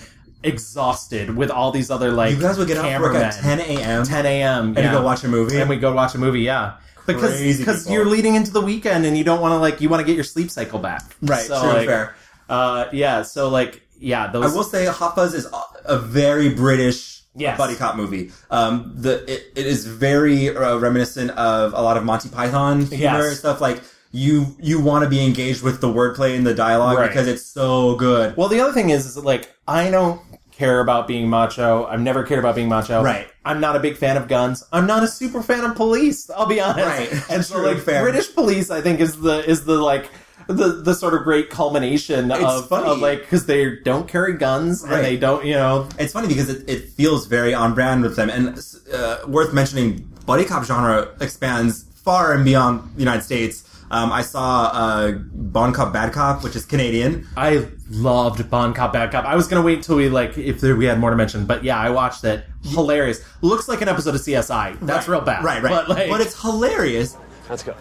Speaker 1: exhausted with all these other like
Speaker 2: You guys would get off work at
Speaker 1: cameramen.
Speaker 2: 10 a.m.
Speaker 1: 10 a.m.
Speaker 2: And you go watch a movie?
Speaker 1: And we go watch a movie, yeah. Because
Speaker 2: Crazy
Speaker 1: because
Speaker 2: people.
Speaker 1: you're leading into the weekend and you don't want to like you want to get your sleep cycle back.
Speaker 2: Right,
Speaker 1: So,
Speaker 2: true,
Speaker 1: like,
Speaker 2: fair.
Speaker 1: Uh, yeah. So like yeah, those.
Speaker 2: I will say, Hot Fuzz is a very British
Speaker 1: Yes.
Speaker 2: buddy cop movie. Um, the it, it is very uh, reminiscent of a lot of Monty Python humor
Speaker 1: Yes.
Speaker 2: and stuff. Like you you want to be engaged with the wordplay and the dialogue
Speaker 1: Right.
Speaker 2: because it's so good.
Speaker 1: Well, the other thing is, is that, like I don't care about being macho. I've never cared about being macho.
Speaker 2: Right.
Speaker 1: I'm not a big fan of guns. I'm not a super fan of police. I'll be honest.
Speaker 2: Right.
Speaker 1: And so
Speaker 2: True,
Speaker 1: like
Speaker 2: fair.
Speaker 1: British police, I think is the is the like. The, the sort of great culmination
Speaker 2: It's
Speaker 1: of,
Speaker 2: funny.
Speaker 1: of like because they don't carry guns
Speaker 2: Right.
Speaker 1: and they don't you know
Speaker 2: It's funny because it, it feels very on brand with them. And uh, worth mentioning, buddy cop genre expands far and beyond the United States. Um, I saw uh, Bon Cop Bad Cop, which is Canadian.
Speaker 1: I loved Bon Cop Bad Cop. I was gonna wait until we like if there, we had more to mention, but yeah, I watched it. Hilarious. Looks like an episode of CSI. That's real bad.
Speaker 2: Right, right.
Speaker 1: But, like,
Speaker 2: But it's hilarious.
Speaker 17: Let's go.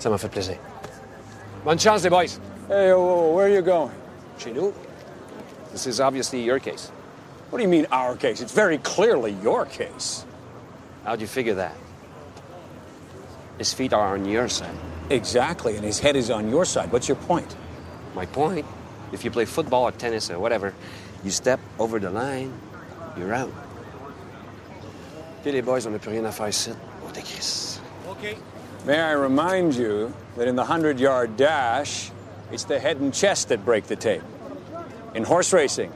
Speaker 17: Ça m'a fait plaisir. Bonne chance, les boys. Hey, whoa, whoa, where are you going? Chez nous. This is obviously your case. What do you mean, our case? It's very clearly your case. How'd you figure that? His feet are on your side. Exactly, and his head is on your side. What's your point? My point? If you play football or tennis or whatever, you step over the line, you're out. Puis les boys, on n'a plus rien à faire ici. On décrisse.
Speaker 18: Okay. May I remind you that in the 100 yard dash, it's the head and chest that break the tape. In horse racing,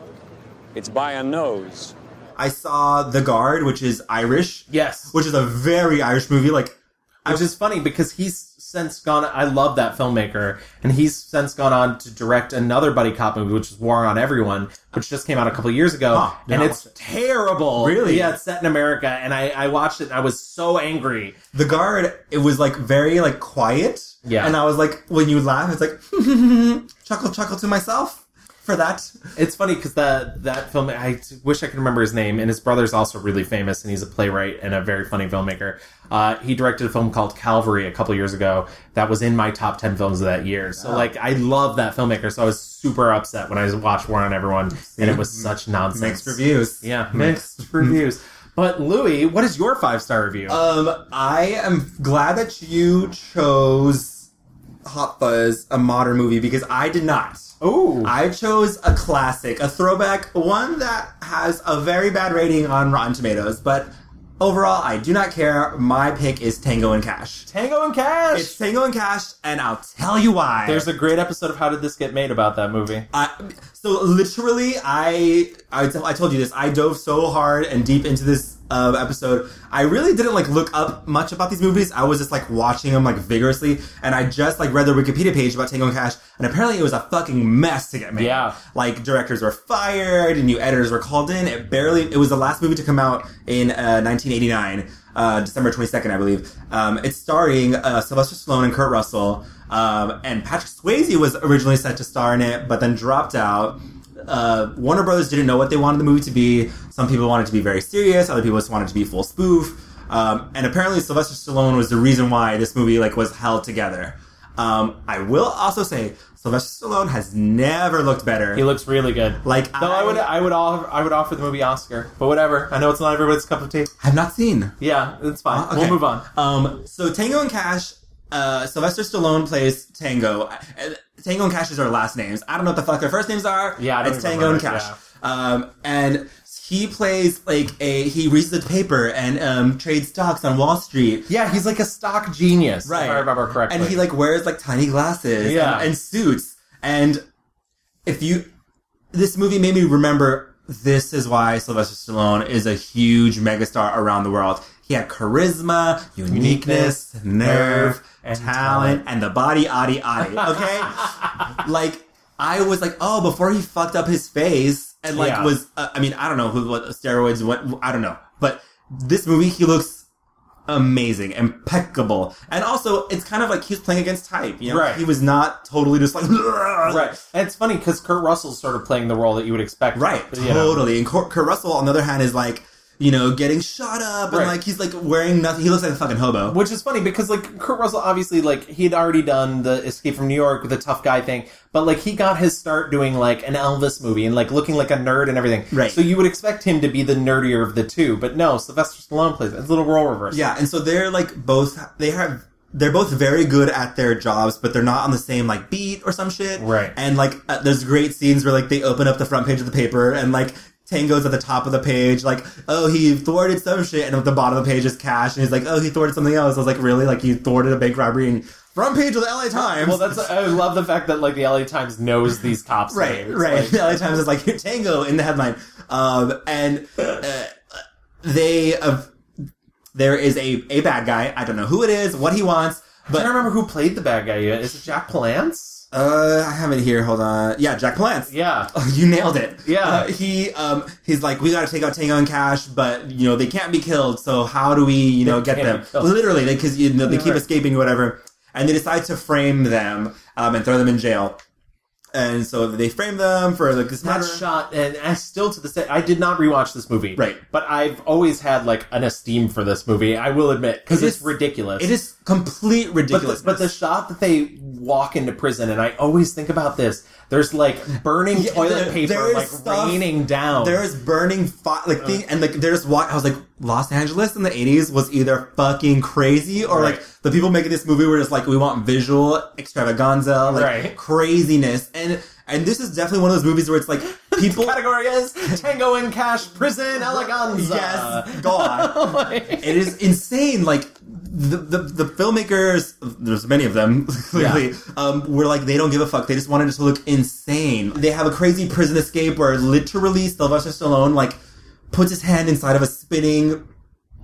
Speaker 18: it's by a nose.
Speaker 2: I saw The Guard, which is Irish.
Speaker 1: Yes.
Speaker 2: Which is a very Irish movie. Like,
Speaker 1: which is funny because he's since gone. I love that filmmaker, and he's since gone on to direct another buddy cop movie, which is War on Everyone, which just came out a couple years ago,
Speaker 2: Huh, did
Speaker 1: and
Speaker 2: not
Speaker 1: it's terrible.
Speaker 2: Really?
Speaker 1: Yeah, it's set in America, and I, I watched it. and I was so angry.
Speaker 2: The Guard, it was like very like quiet.
Speaker 1: Yeah.
Speaker 2: And I was like, when you laugh, it's like, chuckle, chuckle to myself for that.
Speaker 1: It's funny because that that film. I t- wish I could remember his name, and his brother's also really famous, and he's a playwright and a very funny filmmaker. Uh, he directed a film called Calvary a couple years ago that was in my top ten films of that year. So
Speaker 2: Wow.
Speaker 1: like, I love that filmmaker. So I was super upset when I watched War on Everyone, and it was such nonsense.
Speaker 2: Mixed reviews.
Speaker 1: yeah, mixed reviews. But Louis, what is your five star review?
Speaker 2: Um, I am glad that you chose Hot Fuzz, a modern movie, because I did not.
Speaker 1: Oh,
Speaker 2: I chose a classic, a throwback, one that has a very bad rating on Rotten Tomatoes, but overall, I do not care. My pick is Tango and Cash.
Speaker 1: Tango and Cash.
Speaker 2: It's Tango and Cash, and I'll tell you why.
Speaker 1: There's a great episode of How Did This Get Made about that movie.
Speaker 2: I, so literally, I, I t- I told you this. I dove so hard and deep into this uh, episode. I really didn't like look up much about these movies. I was just like watching them like vigorously, and I just like read the Wikipedia page about Tango and Cash, and apparently it was a fucking mess to get made. Yeah, like directors were fired and new editors were called in. It barely. It was the last movie to come out in uh, 1989. Uh, December 22nd, I believe. Um, it's starring uh, Sylvester Stallone and Kurt Russell. Um, and Patrick Swayze was originally set to star in it, but then dropped out. Uh, Warner Brothers didn't know what they wanted the movie to be. Some people wanted it to be very serious. Other people just wanted it to be full spoof. Um, and apparently, Sylvester Stallone was the reason why this movie like was held together. Um, I will also say Sylvester Stallone has never looked better. He
Speaker 1: looks really good.
Speaker 2: Like
Speaker 1: Though I, would, I would, offer, I would offer the movie Oscar, but whatever. I know it's not everybody's cup of tea.
Speaker 2: I've not seen. Ah,
Speaker 1: Yeah, it's fine.
Speaker 2: Okay.
Speaker 1: We'll move on.
Speaker 2: Um, so Tango and Cash, uh, Sylvester Stallone plays Tango. Uh, Tango and Cash is our last names. I don't know what the fuck their first names are.
Speaker 1: Yeah, I don't
Speaker 2: it's
Speaker 1: even
Speaker 2: Tango and
Speaker 1: remember,
Speaker 2: Cash. Um, and he plays like a he reads the paper and um, trades stocks on Wall Street.
Speaker 1: Yeah, he's like a stock genius,
Speaker 2: right?
Speaker 1: if I remember correctly.
Speaker 2: And he like wears like tiny glasses,
Speaker 1: Yeah.
Speaker 2: and, and suits. And if you, this movie made me remember. This is why Sylvester Stallone is a huge megastar around the world. He had charisma, uniqueness, nerve,
Speaker 1: and
Speaker 2: talent, and the body, oddy, oddy. Okay, like I was like, oh, before he fucked up his face and like
Speaker 1: Yeah.
Speaker 2: was, uh, I mean, I don't know who what steroids, what I don't know, but this movie he looks amazing, impeccable, and also it's kind of like he was playing against type. You know?
Speaker 1: Right.
Speaker 2: he was not totally just like
Speaker 1: right. And it's funny because Kurt Russell's sort of playing the role that you would expect,
Speaker 2: right,
Speaker 1: you know.
Speaker 2: totally. And Kurt, Kurt Russell, on the other hand, is like you know getting shot up
Speaker 1: Right.
Speaker 2: and like he's like wearing nothing. He looks like a fucking hobo.
Speaker 1: Which is funny because like Kurt Russell obviously like he had already done the Escape from New York, the tough guy thing, but like he got his start doing like an Elvis movie and like looking like a nerd and everything.
Speaker 2: Right.
Speaker 1: So you would expect him to be the nerdier of the two, but no, Sylvester Stallone plays it. It's a little role reversal.
Speaker 2: Yeah, and so they're like both they have they're both very good at their jobs, but they're not on the same like beat or some shit.
Speaker 1: Right.
Speaker 2: And like uh, there's great scenes where like they open up the front page of the paper and like Tango's at the top of the page, like, oh, he thwarted some shit, and at the bottom of the page is cash, and he's like, oh, he thwarted something else. I was like, really? Like, you thwarted a bank robbery and front page of the LA Times.
Speaker 1: Well, that's I love the fact that like the LA Times knows these cops.
Speaker 2: right,
Speaker 1: names.
Speaker 2: right.
Speaker 1: Like,
Speaker 2: the LA Times is like Tango in the headline, um, and uh, they uh, there is a a bad guy. I don't know who it is, what he wants, but I
Speaker 1: don't remember who played the bad guy. Yet. Is it Jack Palance?
Speaker 2: Uh, I have it here. Hold on. Yeah, Jack Palance. Oh,
Speaker 1: Yeah,
Speaker 2: you nailed it.
Speaker 1: Yeah.
Speaker 2: Uh, he um he's like, we got to take out Tango and Cash, but you know they can't be killed. So how do we you know
Speaker 1: They
Speaker 2: get
Speaker 1: can't
Speaker 2: them?
Speaker 1: be killed.
Speaker 2: Literally, because you know they keep
Speaker 1: Right.
Speaker 2: escaping or whatever, and they decide to frame them um, and throw them in jail. And so they frame them for like this
Speaker 1: that
Speaker 2: murder.
Speaker 1: shot, and I still to this day, I did not rewatch this movie.
Speaker 2: Right.
Speaker 1: But I've always had like an esteem for this movie. I will admit because
Speaker 2: It
Speaker 1: it's
Speaker 2: is-
Speaker 1: ridiculous.
Speaker 2: It is complete
Speaker 1: But the,
Speaker 2: ridiculous.
Speaker 1: but the shot that they walk into prison, and I always think about this. There's like burning
Speaker 2: Yeah,
Speaker 1: toilet
Speaker 2: there-
Speaker 1: paper,
Speaker 2: there is
Speaker 1: like
Speaker 2: stuff-
Speaker 1: raining down.
Speaker 2: There is burning fi- like thing, and like there's what I was like, Los Angeles in the '80s was either fucking crazy or
Speaker 1: Right.
Speaker 2: like the people making this movie were just like, we want visual extravaganza, like
Speaker 1: Right.
Speaker 2: craziness, and and this is definitely one of those movies where it's like people.
Speaker 1: category is Tango and Cash Prison Eleganza.
Speaker 2: Yes, God. it is insane. Like the, the the filmmakers, there's many of them clearly. Um, were like they don't give a fuck. They just wanted it to look insane. They have a crazy prison escape where literally Sylvester Stallone like puts his hand inside of a spinning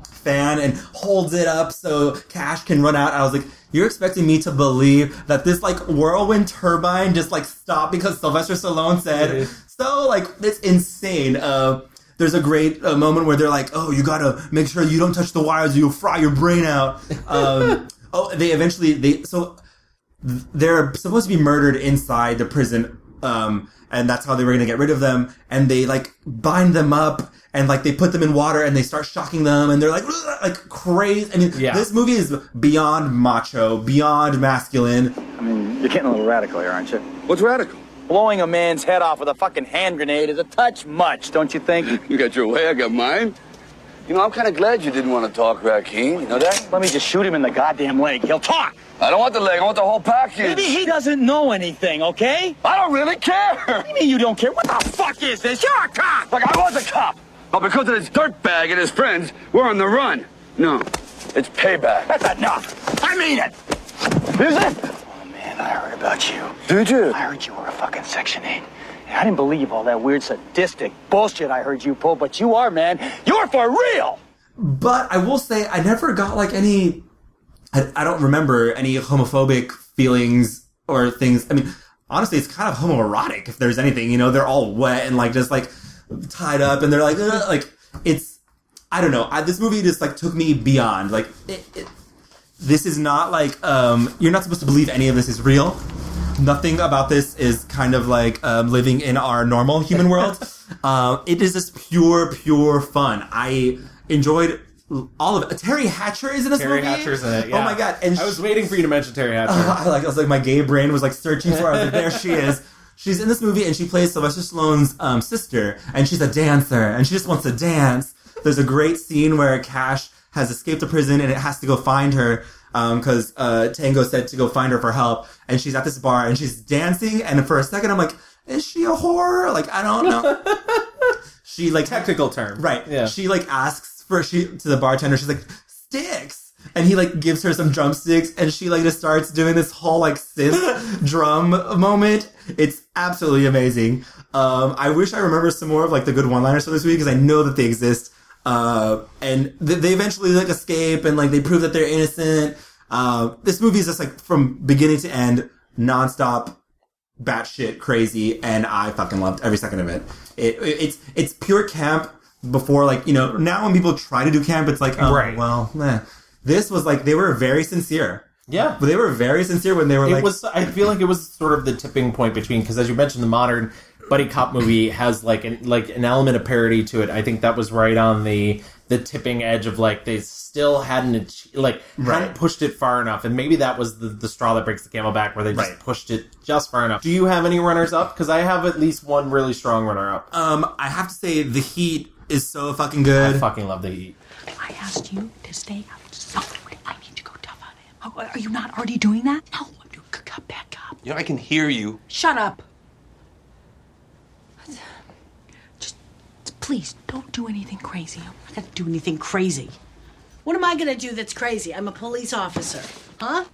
Speaker 2: fan and holds it up so cash can run out. I was like, you're expecting me to believe that this like whirlwind turbine just like stopped because Sylvester Stallone said so? Like it's insane. Uh, there's a great uh, moment where they're like, oh, you gotta make sure you don't touch the wires or you'll fry your brain out. Um, oh, they eventually they so they're supposed to be murdered inside the prison um and that's how they were going to get rid of them and they like bind them up and like they put them in water and they start shocking them and they're like "Ugh," like crazy i mean
Speaker 19: Yeah.
Speaker 2: this movie is beyond macho beyond masculine
Speaker 19: I mean, you're getting a little radical here, aren't you? What's radical? Blowing a man's head off with a fucking hand grenade is a touch much, don't you think?
Speaker 10: You got your way, I got mine. You know, I'm kind of glad you didn't want to talk, Raheem. You know that?
Speaker 19: Let me just shoot him in the goddamn leg. He'll talk.
Speaker 10: I don't want the leg. I want the whole package.
Speaker 19: Maybe he doesn't know anything, okay? I don't really care. What do you mean you don't care? What the fuck is this? You're a cop.
Speaker 5: Look, I was a cop, but because of this dirtbag and his friends, we're on the run. No, it's payback.
Speaker 19: That's enough. I mean it. Is it? Oh man, I heard about you. Did you? I heard you were a fucking Section 8. And I didn't believe all that weird sadistic bullshit I heard you pull, but you are, man. You're for real.
Speaker 2: but i will say i never got like any i, I don't remember any homophobic feelings or things i mean honestly it's kind of homoerotic if there's anything you know they're all wet and like just like tied up and they're like "Ugh," like it's i don't know I, this movie just like took me beyond like it, it, this is not like um you're not supposed to believe any of this is real nothing about this is kind of like um, living in our normal human world um it is just pure pure fun i enjoyed all of it terry hatcher is in this
Speaker 1: Terry
Speaker 2: movie
Speaker 1: Hatcher's in it.
Speaker 2: oh
Speaker 1: yeah.
Speaker 2: my god and
Speaker 1: I was waiting for you to mention Terry Hatcher.
Speaker 2: uh, I like I was like my gay brain was like searching for her. I was like, there she is. She's in this movie and she plays Sylvester Stallone's um, sister, and she's a dancer, and she just wants to dance. There's a great scene where Cash has escaped the prison and it has to go find her because uh, Tango said to go find her for help, and she's at this bar and she's dancing, and for a second I'm like, is she a whore? Like I don't know. she like technical term, right? Yeah. She like asks for she to the bartender. She's like sticks, and he like gives her some drumsticks, and she like just starts doing this whole like synth drum moment. It's absolutely amazing. Um, I wish I remember some more of like the good one liners for this week because I know that they exist. Uh, and th- they eventually like escape and like they prove that they're innocent. Uh, this movie is just like from beginning to end, nonstop batshit crazy, and I fucking loved every second of it. it. it- It's it's pure camp before like you know now when people try to do camp, it's like oh,
Speaker 1: Right.
Speaker 2: Well, meh. this was like they were very sincere.
Speaker 1: Yeah,
Speaker 2: but they were very sincere when they were
Speaker 1: it
Speaker 2: like
Speaker 1: was i feel like it was sort of the tipping point between because as you mentioned the modern buddy cop movie has like an like an element of parody to it i think that was right on the the tipping edge of like they still hadn't ach- like hadn't pushed it far enough and maybe that was the, the straw that breaks the camel back where they just pushed it just far enough do you have any runners up because i have at least one really strong runner up
Speaker 2: um i have to say the heat is so fucking good
Speaker 1: i fucking love the E. heat
Speaker 20: I asked you to stay outside. I need to go tough on him. Oh, are you not already doing that? No,
Speaker 10: You know, I can hear you.
Speaker 20: shut up. Just please don't do anything crazy. I'm not gonna do anything crazy.
Speaker 21: What am I gonna do that's crazy? I'm a police officer, huh?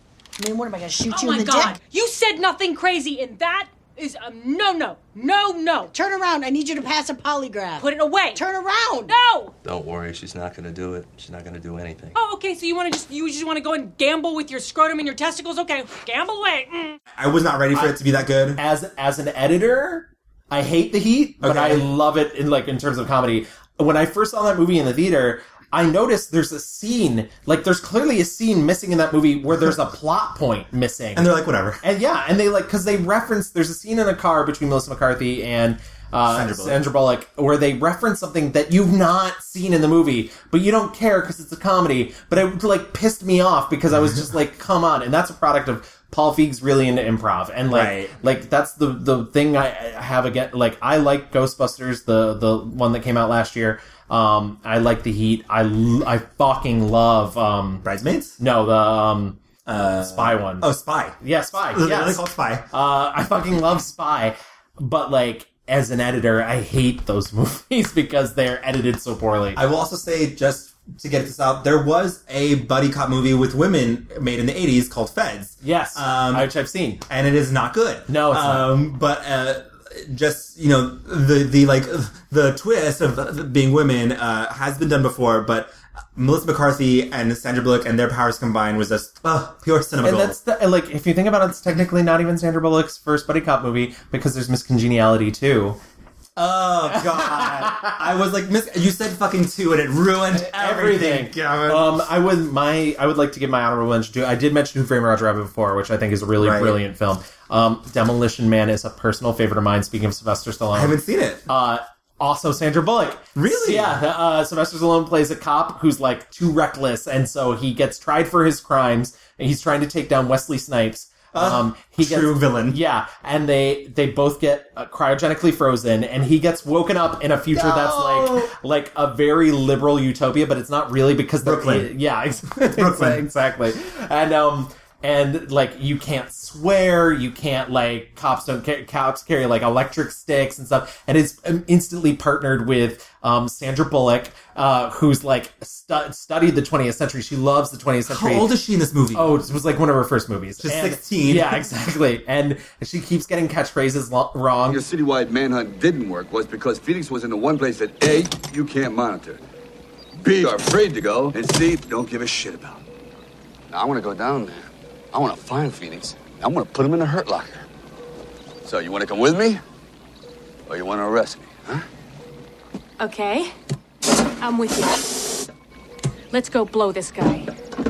Speaker 21: I mean, what am I gonna shoot
Speaker 20: oh
Speaker 21: you
Speaker 20: my
Speaker 21: in the
Speaker 20: god!
Speaker 21: dick?
Speaker 20: You said nothing crazy, and that is a no, no, no, no.
Speaker 21: Turn around! I need you to pass a polygraph.
Speaker 20: Put it away.
Speaker 21: Turn around!
Speaker 20: No.
Speaker 10: Don't worry, she's not gonna do it. She's not gonna do anything.
Speaker 20: Oh, okay. So you want to just you just want to go and gamble with your scrotum and your testicles? Okay, gamble away. Mm.
Speaker 2: I was not ready for it to be that good.
Speaker 1: As as an editor, I hate the heat, but I love it in like in terms of comedy. When I first saw that movie in the theater, I noticed there's a scene, like there's clearly a scene missing in that movie where there's a plot point missing.
Speaker 2: And they're like, whatever.
Speaker 1: And yeah, and they like because they reference there's a scene in a car between Melissa McCarthy and uh,
Speaker 2: Sandra
Speaker 1: Sandra,
Speaker 2: Bullock.
Speaker 1: Bullock. where they reference something that you've not seen in the movie, but you don't care because it's a comedy. But it like pissed me off because I was just like, come on! And that's a product of Paul Feig's really into improv, and like
Speaker 2: Right.
Speaker 1: like that's the the thing I I have again. Like I like Ghostbusters, the the one that came out last year. Um, I like the Heat. I l- I fucking love um
Speaker 2: bridesmaids.
Speaker 1: No, the um uh, spy one.
Speaker 2: Oh, spy.
Speaker 1: Yeah, spy.
Speaker 2: Literally
Speaker 1: yes.
Speaker 2: called Spy.
Speaker 1: Uh, I fucking love Spy, but like as an editor, I hate those movies because they're edited so poorly.
Speaker 2: I will also say, just to get this out, there was a buddy cop movie with women made in the 80s called Feds.
Speaker 1: Yes.
Speaker 2: Um,
Speaker 1: which I've seen.
Speaker 2: And it is not good.
Speaker 1: No, it's not.
Speaker 2: um, But uh, just, you know, the, the like the twist of being women uh, has been done before, but Melissa McCarthy and Sandra Bullock and their powers combined was just uh, pure cinema
Speaker 1: and
Speaker 2: gold.
Speaker 1: that's the, like if you think about it, it's technically not even Sandra Bullock's first buddy cop movie because there's miscongeniality too.
Speaker 2: Oh god! I was like, Miss, you said fucking two, and it ruined everything.
Speaker 1: Um, I would my I would like to give my honorable mention to. I did mention Who Framed Roger Rabbit before, which I think is a really
Speaker 2: Right.
Speaker 1: brilliant film. Um, Demolition Man is a personal favorite of mine. Speaking of Sylvester Stallone, I
Speaker 2: haven't seen it.
Speaker 1: Uh, also, Sandra Bullock. Really? Yeah. Uh, Sylvester Stallone plays a cop who's like too reckless, and so he gets tried for his crimes, and he's trying to take down Wesley Snipes. Um, he gets,
Speaker 2: true villain.
Speaker 1: Yeah, and they they both get uh, cryogenically frozen, and he gets woken up in a future that's like like a very liberal utopia, but it's not really because they're
Speaker 2: Brooklyn.
Speaker 1: yeah, ex- exactly, and um. And like you can't swear, you can't like cops don't ca- cops carry like electric sticks and stuff, and it's um, instantly partnered with um, Sandra Bullock, uh, who's like stu- studied the 20th century. She loves the 20th century.
Speaker 2: How old is she in this movie?
Speaker 1: Oh, it was like one of her first movies.
Speaker 2: She's
Speaker 1: And-
Speaker 2: 16.
Speaker 1: Yeah, exactly. And she keeps getting catchphrases lo- wrong.
Speaker 5: Your citywide manhunt didn't work was because Phoenix was in the one place that A, you can't monitor, B, are afraid to go, and C, don't give a shit about.
Speaker 10: Now, I wanna go down there. I wanna find Phoenix. I wanna put him in a hurt locker. So, you wanna come with me? Or you wanna arrest me?
Speaker 20: Okay, I'm with you. Let's go blow this guy.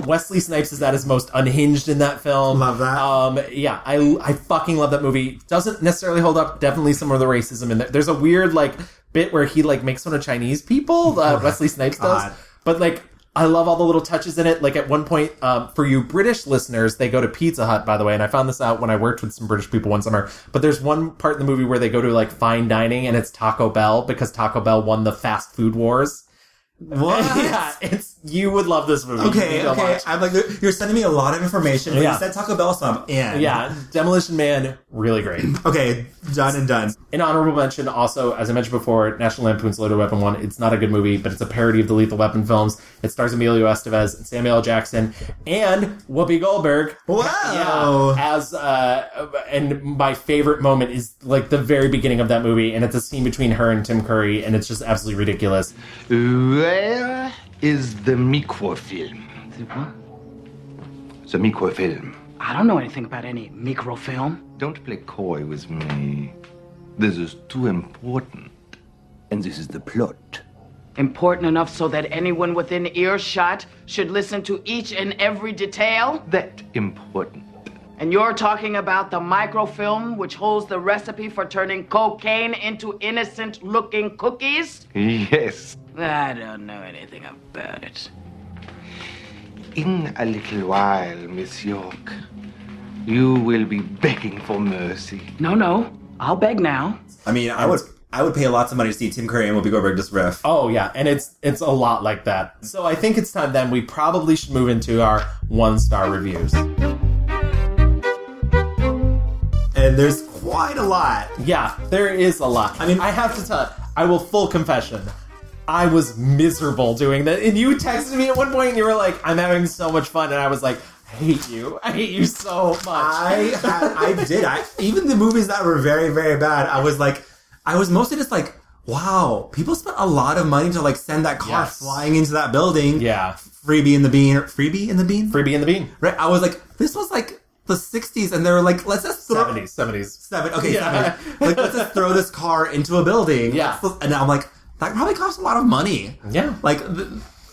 Speaker 1: Wesley Snipes is at his most unhinged in that film. Love that. Um, yeah, I I fucking love that movie. Doesn't necessarily hold up. Definitely some of the racism in there. There's a weird like bit where he like makes fun of Chinese people. Uh, Wesley Snipes
Speaker 2: God.
Speaker 1: does, but like. I love all the little touches in it. Like at one point, um, for you British listeners, they go to Pizza Hut, by the way, and I found this out when I worked with some British people one summer. But there's one part in the movie where they go to like fine dining, and it's Taco Bell because Taco Bell won the fast food wars What? Yeah, it's you would love this movie.
Speaker 2: Okay,
Speaker 1: You would
Speaker 2: okay.
Speaker 1: watch.
Speaker 2: I'm like, you're sending me a lot of information, but
Speaker 1: Yeah.
Speaker 2: you said Taco Bell, so I'm in.
Speaker 1: Yeah, Demolition Man, really great.
Speaker 2: okay, done and done.
Speaker 1: An honorable mention also, as I mentioned before, National Lampoon's Loaded Weapon 1. It's not a good movie, but it's a parody of the Lethal Weapon films. It stars Emilio Estevez and Samuel L. Jackson and Whoopi Goldberg.
Speaker 2: Oh. Wow.
Speaker 1: Yeah, as, uh, and my favorite moment is like the very beginning of that movie, and it's a scene between her and Tim Curry, and it's just absolutely ridiculous.
Speaker 3: Where is the microfilm?
Speaker 10: It's a microfilm.
Speaker 3: I don't know anything about any microfilm.
Speaker 10: Don't play coy with me. This is too important. And this is the plot.
Speaker 3: Important enough so that anyone within earshot should listen to each and every detail? That.
Speaker 10: Important.
Speaker 3: And you're talking about the microfilm which holds the recipe for turning cocaine into innocent looking cookies?
Speaker 10: Yes.
Speaker 3: I don't know anything about it.
Speaker 10: In a little while, Miss York, you will be begging for mercy.
Speaker 3: No, no. I'll beg now.
Speaker 2: I mean, I would I would pay lots of money to see Tim Curry and Whoopi Goldberg just riff.
Speaker 1: Oh yeah, and it's it's a lot like that. So I think it's time then we probably should move into our one star reviews.
Speaker 2: And there's quite a lot.
Speaker 1: Yeah, there is a lot. I mean, I have to tell. I will full confession. I was miserable doing that, and you texted me at one point, and you were like, "I'm having so much fun," and I was like, "I hate you. I hate you so much."
Speaker 2: I I, I did. I even the movies that were very very bad. I was like, I was mostly just like, wow, people spent a lot of money to like send that car
Speaker 1: Yes.
Speaker 2: flying into that building.
Speaker 1: Yeah,
Speaker 2: freebie in the bean, or freebie in the bean,
Speaker 1: freebie in the bean.
Speaker 2: Right. I was like, this was like the '60s, and they were like, let's just throw
Speaker 1: seventies, seventies,
Speaker 2: seven. Okay,
Speaker 1: Yeah.
Speaker 2: 70s. like let's just throw this car into a building. Yeah, and I'm like, that probably cost a lot of money.
Speaker 1: Yeah,
Speaker 2: like.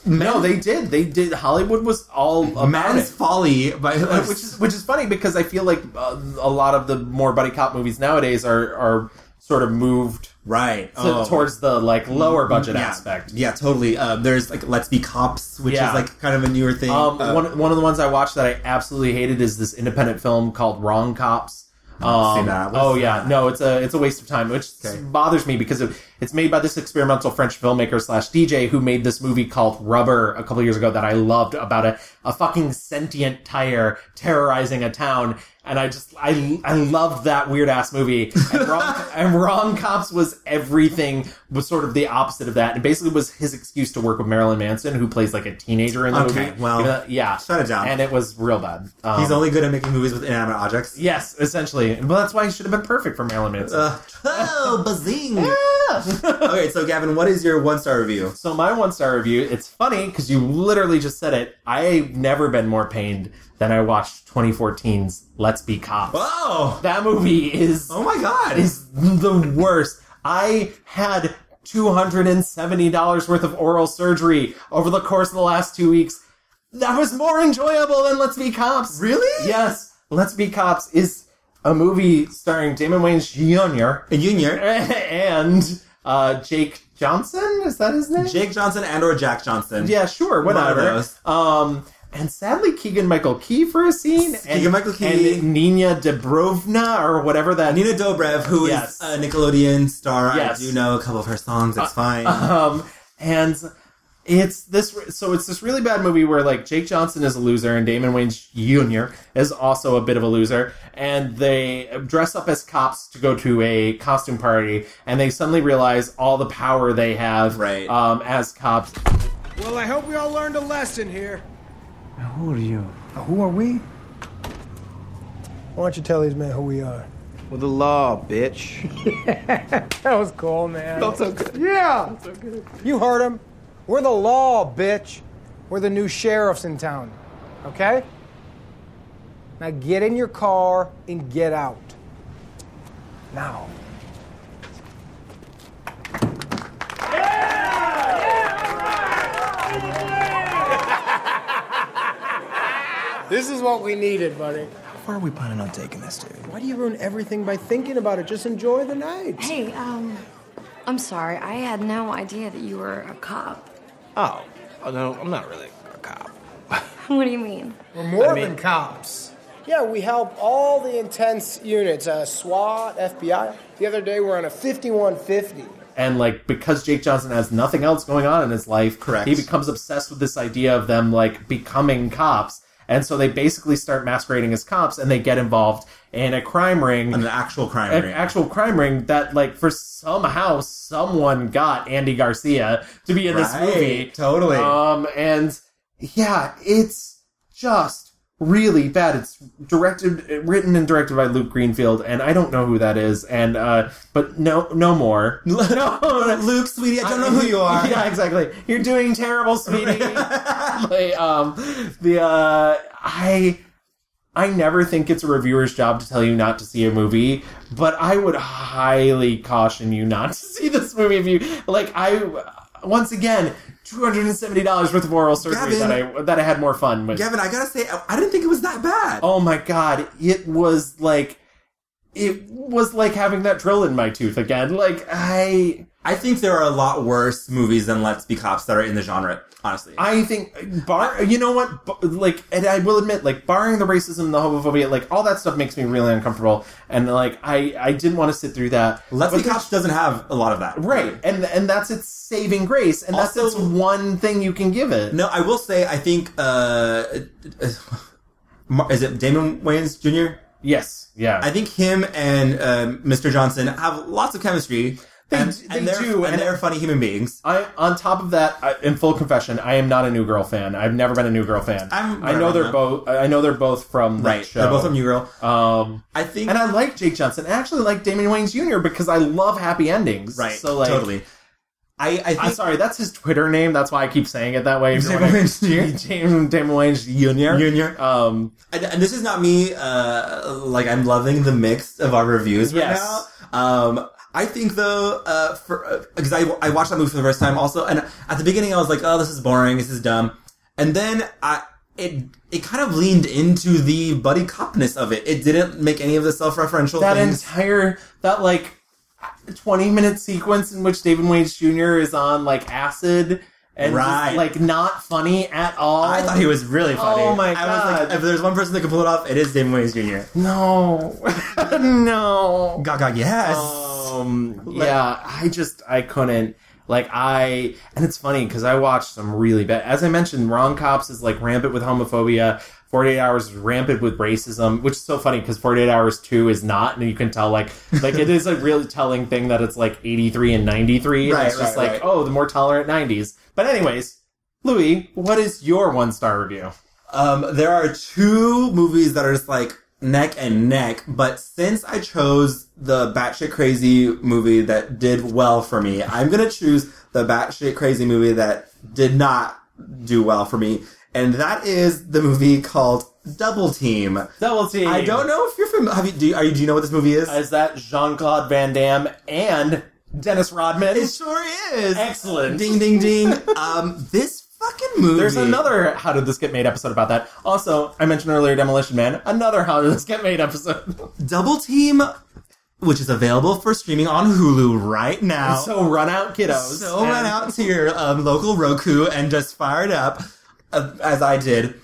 Speaker 1: no, they did. They did. Hollywood was all about
Speaker 2: Man's
Speaker 1: it.
Speaker 2: folly, by,
Speaker 1: Uh, which is which is funny because I feel like uh, a lot of the more buddy cop movies nowadays are are sort of moved
Speaker 2: right
Speaker 1: to, towards the like lower budget
Speaker 2: Oh. yeah.
Speaker 1: aspect.
Speaker 2: Yeah, totally. Uh, there's like Let's Be Cops, which
Speaker 1: Yeah.
Speaker 2: is like kind of a newer thing.
Speaker 1: Um,
Speaker 2: Uh,
Speaker 1: one one of the ones I watched that I absolutely hated is this independent film called Wrong Cops.
Speaker 2: I've seen
Speaker 1: Um,
Speaker 2: that. What's
Speaker 1: oh yeah, no, it's a it's a waste of time, which bothers me because it, it's made by this experimental French filmmaker slash DJ who made this movie called Rubber a couple years ago that I loved about a a fucking sentient tire terrorizing a town, and I just I I loved that weird ass movie. And wrong, and wrong cops was everything was sort of the opposite of that, and basically was his excuse to work with Marilyn Manson, who plays like a teenager in the
Speaker 2: Okay,
Speaker 1: movie.
Speaker 2: well,
Speaker 1: Even though- yeah,
Speaker 2: shut it down.
Speaker 1: And it was real bad. Um,
Speaker 2: he's only good at making movies with inanimate objects.
Speaker 1: yes, essentially. Well, that's why he should have been perfect for Marilyn Manson.
Speaker 2: Uh, oh, bazing! okay, so Gavin, what is your one star review?
Speaker 1: So my one star review. It's funny because you literally just said it. I've never been more pained than I watched 2014's Let's Be Cops.
Speaker 2: Wow,
Speaker 1: that movie is
Speaker 2: Oh my God.
Speaker 1: is the worst. I had two hundred and seventy dollars worth of oral surgery over the course of the last two weeks. That was more enjoyable than Let's Be Cops.
Speaker 2: Really?
Speaker 1: Yes. Let's Be Cops is a movie starring Damon Wayans Jr.
Speaker 2: Jr.
Speaker 1: and uh, Jake Johnson. Is that his name?
Speaker 2: Jake Johnson and or Jack Johnson?
Speaker 1: Yeah, sure,
Speaker 2: One of
Speaker 1: whatever.
Speaker 2: those.
Speaker 1: Um, and sadly, Keegan Michael Key for a scene. and,
Speaker 2: Keegan-Michael Key.
Speaker 1: and Nina Dobrovna or whatever that
Speaker 2: Nina Dobrev, who is
Speaker 1: Yes.
Speaker 2: a Nickelodeon star.
Speaker 1: Yes.
Speaker 2: I do know a couple of her songs. It's fine.
Speaker 1: um, and it's this so it's this really bad movie where like Jake Johnson is a loser and Damon Wayans Jr. is also a bit of a loser and they dress up as cops to go to a costume party and they suddenly realize all the power they have right. um, as cops
Speaker 22: Well, I hope we all learned a lesson here.
Speaker 23: Who are you?
Speaker 22: Who are we? Why don't you tell these men who we are? Well, the law, bitch.
Speaker 23: That was cool, man.
Speaker 22: Felt so good. Yeah. You heard him. We're the law, bitch. We're the new sheriffs in town. Okay? Now get in your car and get out. Now. This is what we needed, buddy. How far are we planning on taking this, dude? Why do you ruin everything by thinking about it? Just enjoy the night.
Speaker 24: Hey, um, I'm sorry. I had no idea that you were a cop.
Speaker 22: Oh, oh no, I'm not really a cop.
Speaker 24: What do you mean?
Speaker 22: We're more
Speaker 23: I mean-
Speaker 22: than cops. Yeah, we help all the intense units uh, SWAT, FBI. The other day we we're on a 5150.
Speaker 1: and like because Jake Johnson has nothing else going on in his life,
Speaker 2: Correct.
Speaker 1: He becomes obsessed with this idea of them like becoming cops, and so they basically start masquerading as cops, and they get involved in a crime ring,
Speaker 2: an actual crime
Speaker 1: an
Speaker 2: ring.
Speaker 1: actual crime ring that like for somehow someone got Andy Garcia to be in this
Speaker 2: Right,
Speaker 1: movie,
Speaker 2: totally.
Speaker 1: Um, and yeah, it's just really bad. It's directed, written, and directed by Luke Greenfield, and I don't know who that is. And uh, but no, no more. No,
Speaker 2: Luke, sweetie, I don't know who you are.
Speaker 1: Yeah, exactly. You're doing terrible, sweetie. Like, um, the uh, I. I never think it's a reviewer's job to tell you not to see a movie, but I would highly caution you not to see this movie if you like. I once again, two hundred and seventy dollars worth of oral surgery
Speaker 2: Gavin.
Speaker 1: that I that I had more fun with.
Speaker 2: Gavin, I gotta say, I I didn't think it was that bad.
Speaker 1: oh my god, it was like it was like having that drill in my tooth again. Like I,
Speaker 2: I think there are a lot worse movies than Let's Be Cops that are in the genre. Honestly,
Speaker 1: I think bar. You know what? Bar- Like, and I will admit, like, barring the racism, the homophobia, like all that stuff makes me really uncomfortable. And like, I I didn't want to sit through that.
Speaker 2: Let's
Speaker 1: But
Speaker 2: Be Cops doesn't have a lot of that.
Speaker 1: Right, and and that's its saving grace, and that's its one thing you can give it.
Speaker 2: No, I will say I think uh, Mar- is it Damon Wayans Jr.
Speaker 1: Yes, yeah.
Speaker 2: I think him and um, Mr. Johnson have lots of chemistry. They, and, and
Speaker 1: they
Speaker 2: they're,
Speaker 1: do,
Speaker 2: and,
Speaker 1: and-
Speaker 2: they're funny human beings.
Speaker 1: I on top of that, I, in full confession, I am not a New Girl fan. I've never been a New Girl fan.
Speaker 2: I'm-
Speaker 1: I know they're
Speaker 2: I'm-
Speaker 1: both. I know they're both from that
Speaker 2: Right,
Speaker 1: show.
Speaker 2: they're both from New Girl.
Speaker 1: Um,
Speaker 2: I think,
Speaker 1: and I like Jake Johnson. I actually like Damon Wayans Jr. because I love happy endings.
Speaker 2: Right,
Speaker 1: So like,
Speaker 2: totally. I, I think
Speaker 1: I'm sorry, that's his Twitter name. That's why I keep saying it that way.
Speaker 2: Damon
Speaker 1: Everyone-
Speaker 2: Wayans
Speaker 1: Damon, Damon Wayans Jr.
Speaker 2: Junior.
Speaker 1: Um,
Speaker 2: and, and this is not me. Uh, like I'm loving the mix of our reviews right
Speaker 1: Yes.
Speaker 2: now. Um, I think though, uh, for because I I watched that movie for the first time also, and at the beginning I was like, oh, this is boring, this is dumb, and then I. It, it kind of leaned into the buddy copness of it. It didn't make any of the self-referential
Speaker 1: that
Speaker 2: things.
Speaker 1: entire that like 20 minute sequence in which David Wayne Jr. is on like acid and just,
Speaker 2: Right.
Speaker 1: like not funny at all.
Speaker 2: I thought he was really funny.
Speaker 1: Oh my
Speaker 2: I was
Speaker 1: God.
Speaker 2: like, if there's one person that can pull it off, it is Damon Wayans Jr.
Speaker 1: no, no.
Speaker 2: Gaga, yes. Oh.
Speaker 1: Um, yeah, I just I couldn't. Like I, and it's funny because I watched some really bad. As I mentioned, Wrong Cops is like rampant with homophobia. Forty Eight Hours is rampant with racism, which is so funny because Forty Eight Hours Two is not, and you can tell like like it is a really telling thing that it's like eighty three and ninety three.
Speaker 2: Right,
Speaker 1: it's just like
Speaker 2: right, right.
Speaker 1: oh, the more tolerant nineties. But anyways, Louis, what is your one star review?
Speaker 2: Um, there are two movies that are just like neck and neck, but since I chose the batshit crazy movie that did well for me, I'm gonna choose the batshit crazy movie that did not do well for me, and that is the movie called Double Team.
Speaker 1: Double team.
Speaker 2: I don't know if you're familiar. Have you, do you, are you, do you know what this movie is?
Speaker 1: Is that Jean Claude Van Damme and Dennis Rodman?
Speaker 2: It sure is.
Speaker 1: Excellent.
Speaker 2: Ding ding ding. um, this fucking movie.
Speaker 1: There's another How Did This Get Made episode about that. Also, I mentioned earlier Demolition Man, another How Did This Get Made episode.
Speaker 2: Double Team, which is available for streaming on Hulu right now.
Speaker 1: so run out kiddos.
Speaker 2: So
Speaker 1: And-
Speaker 2: went out to your um, local Roku and just fired up, uh, as I did.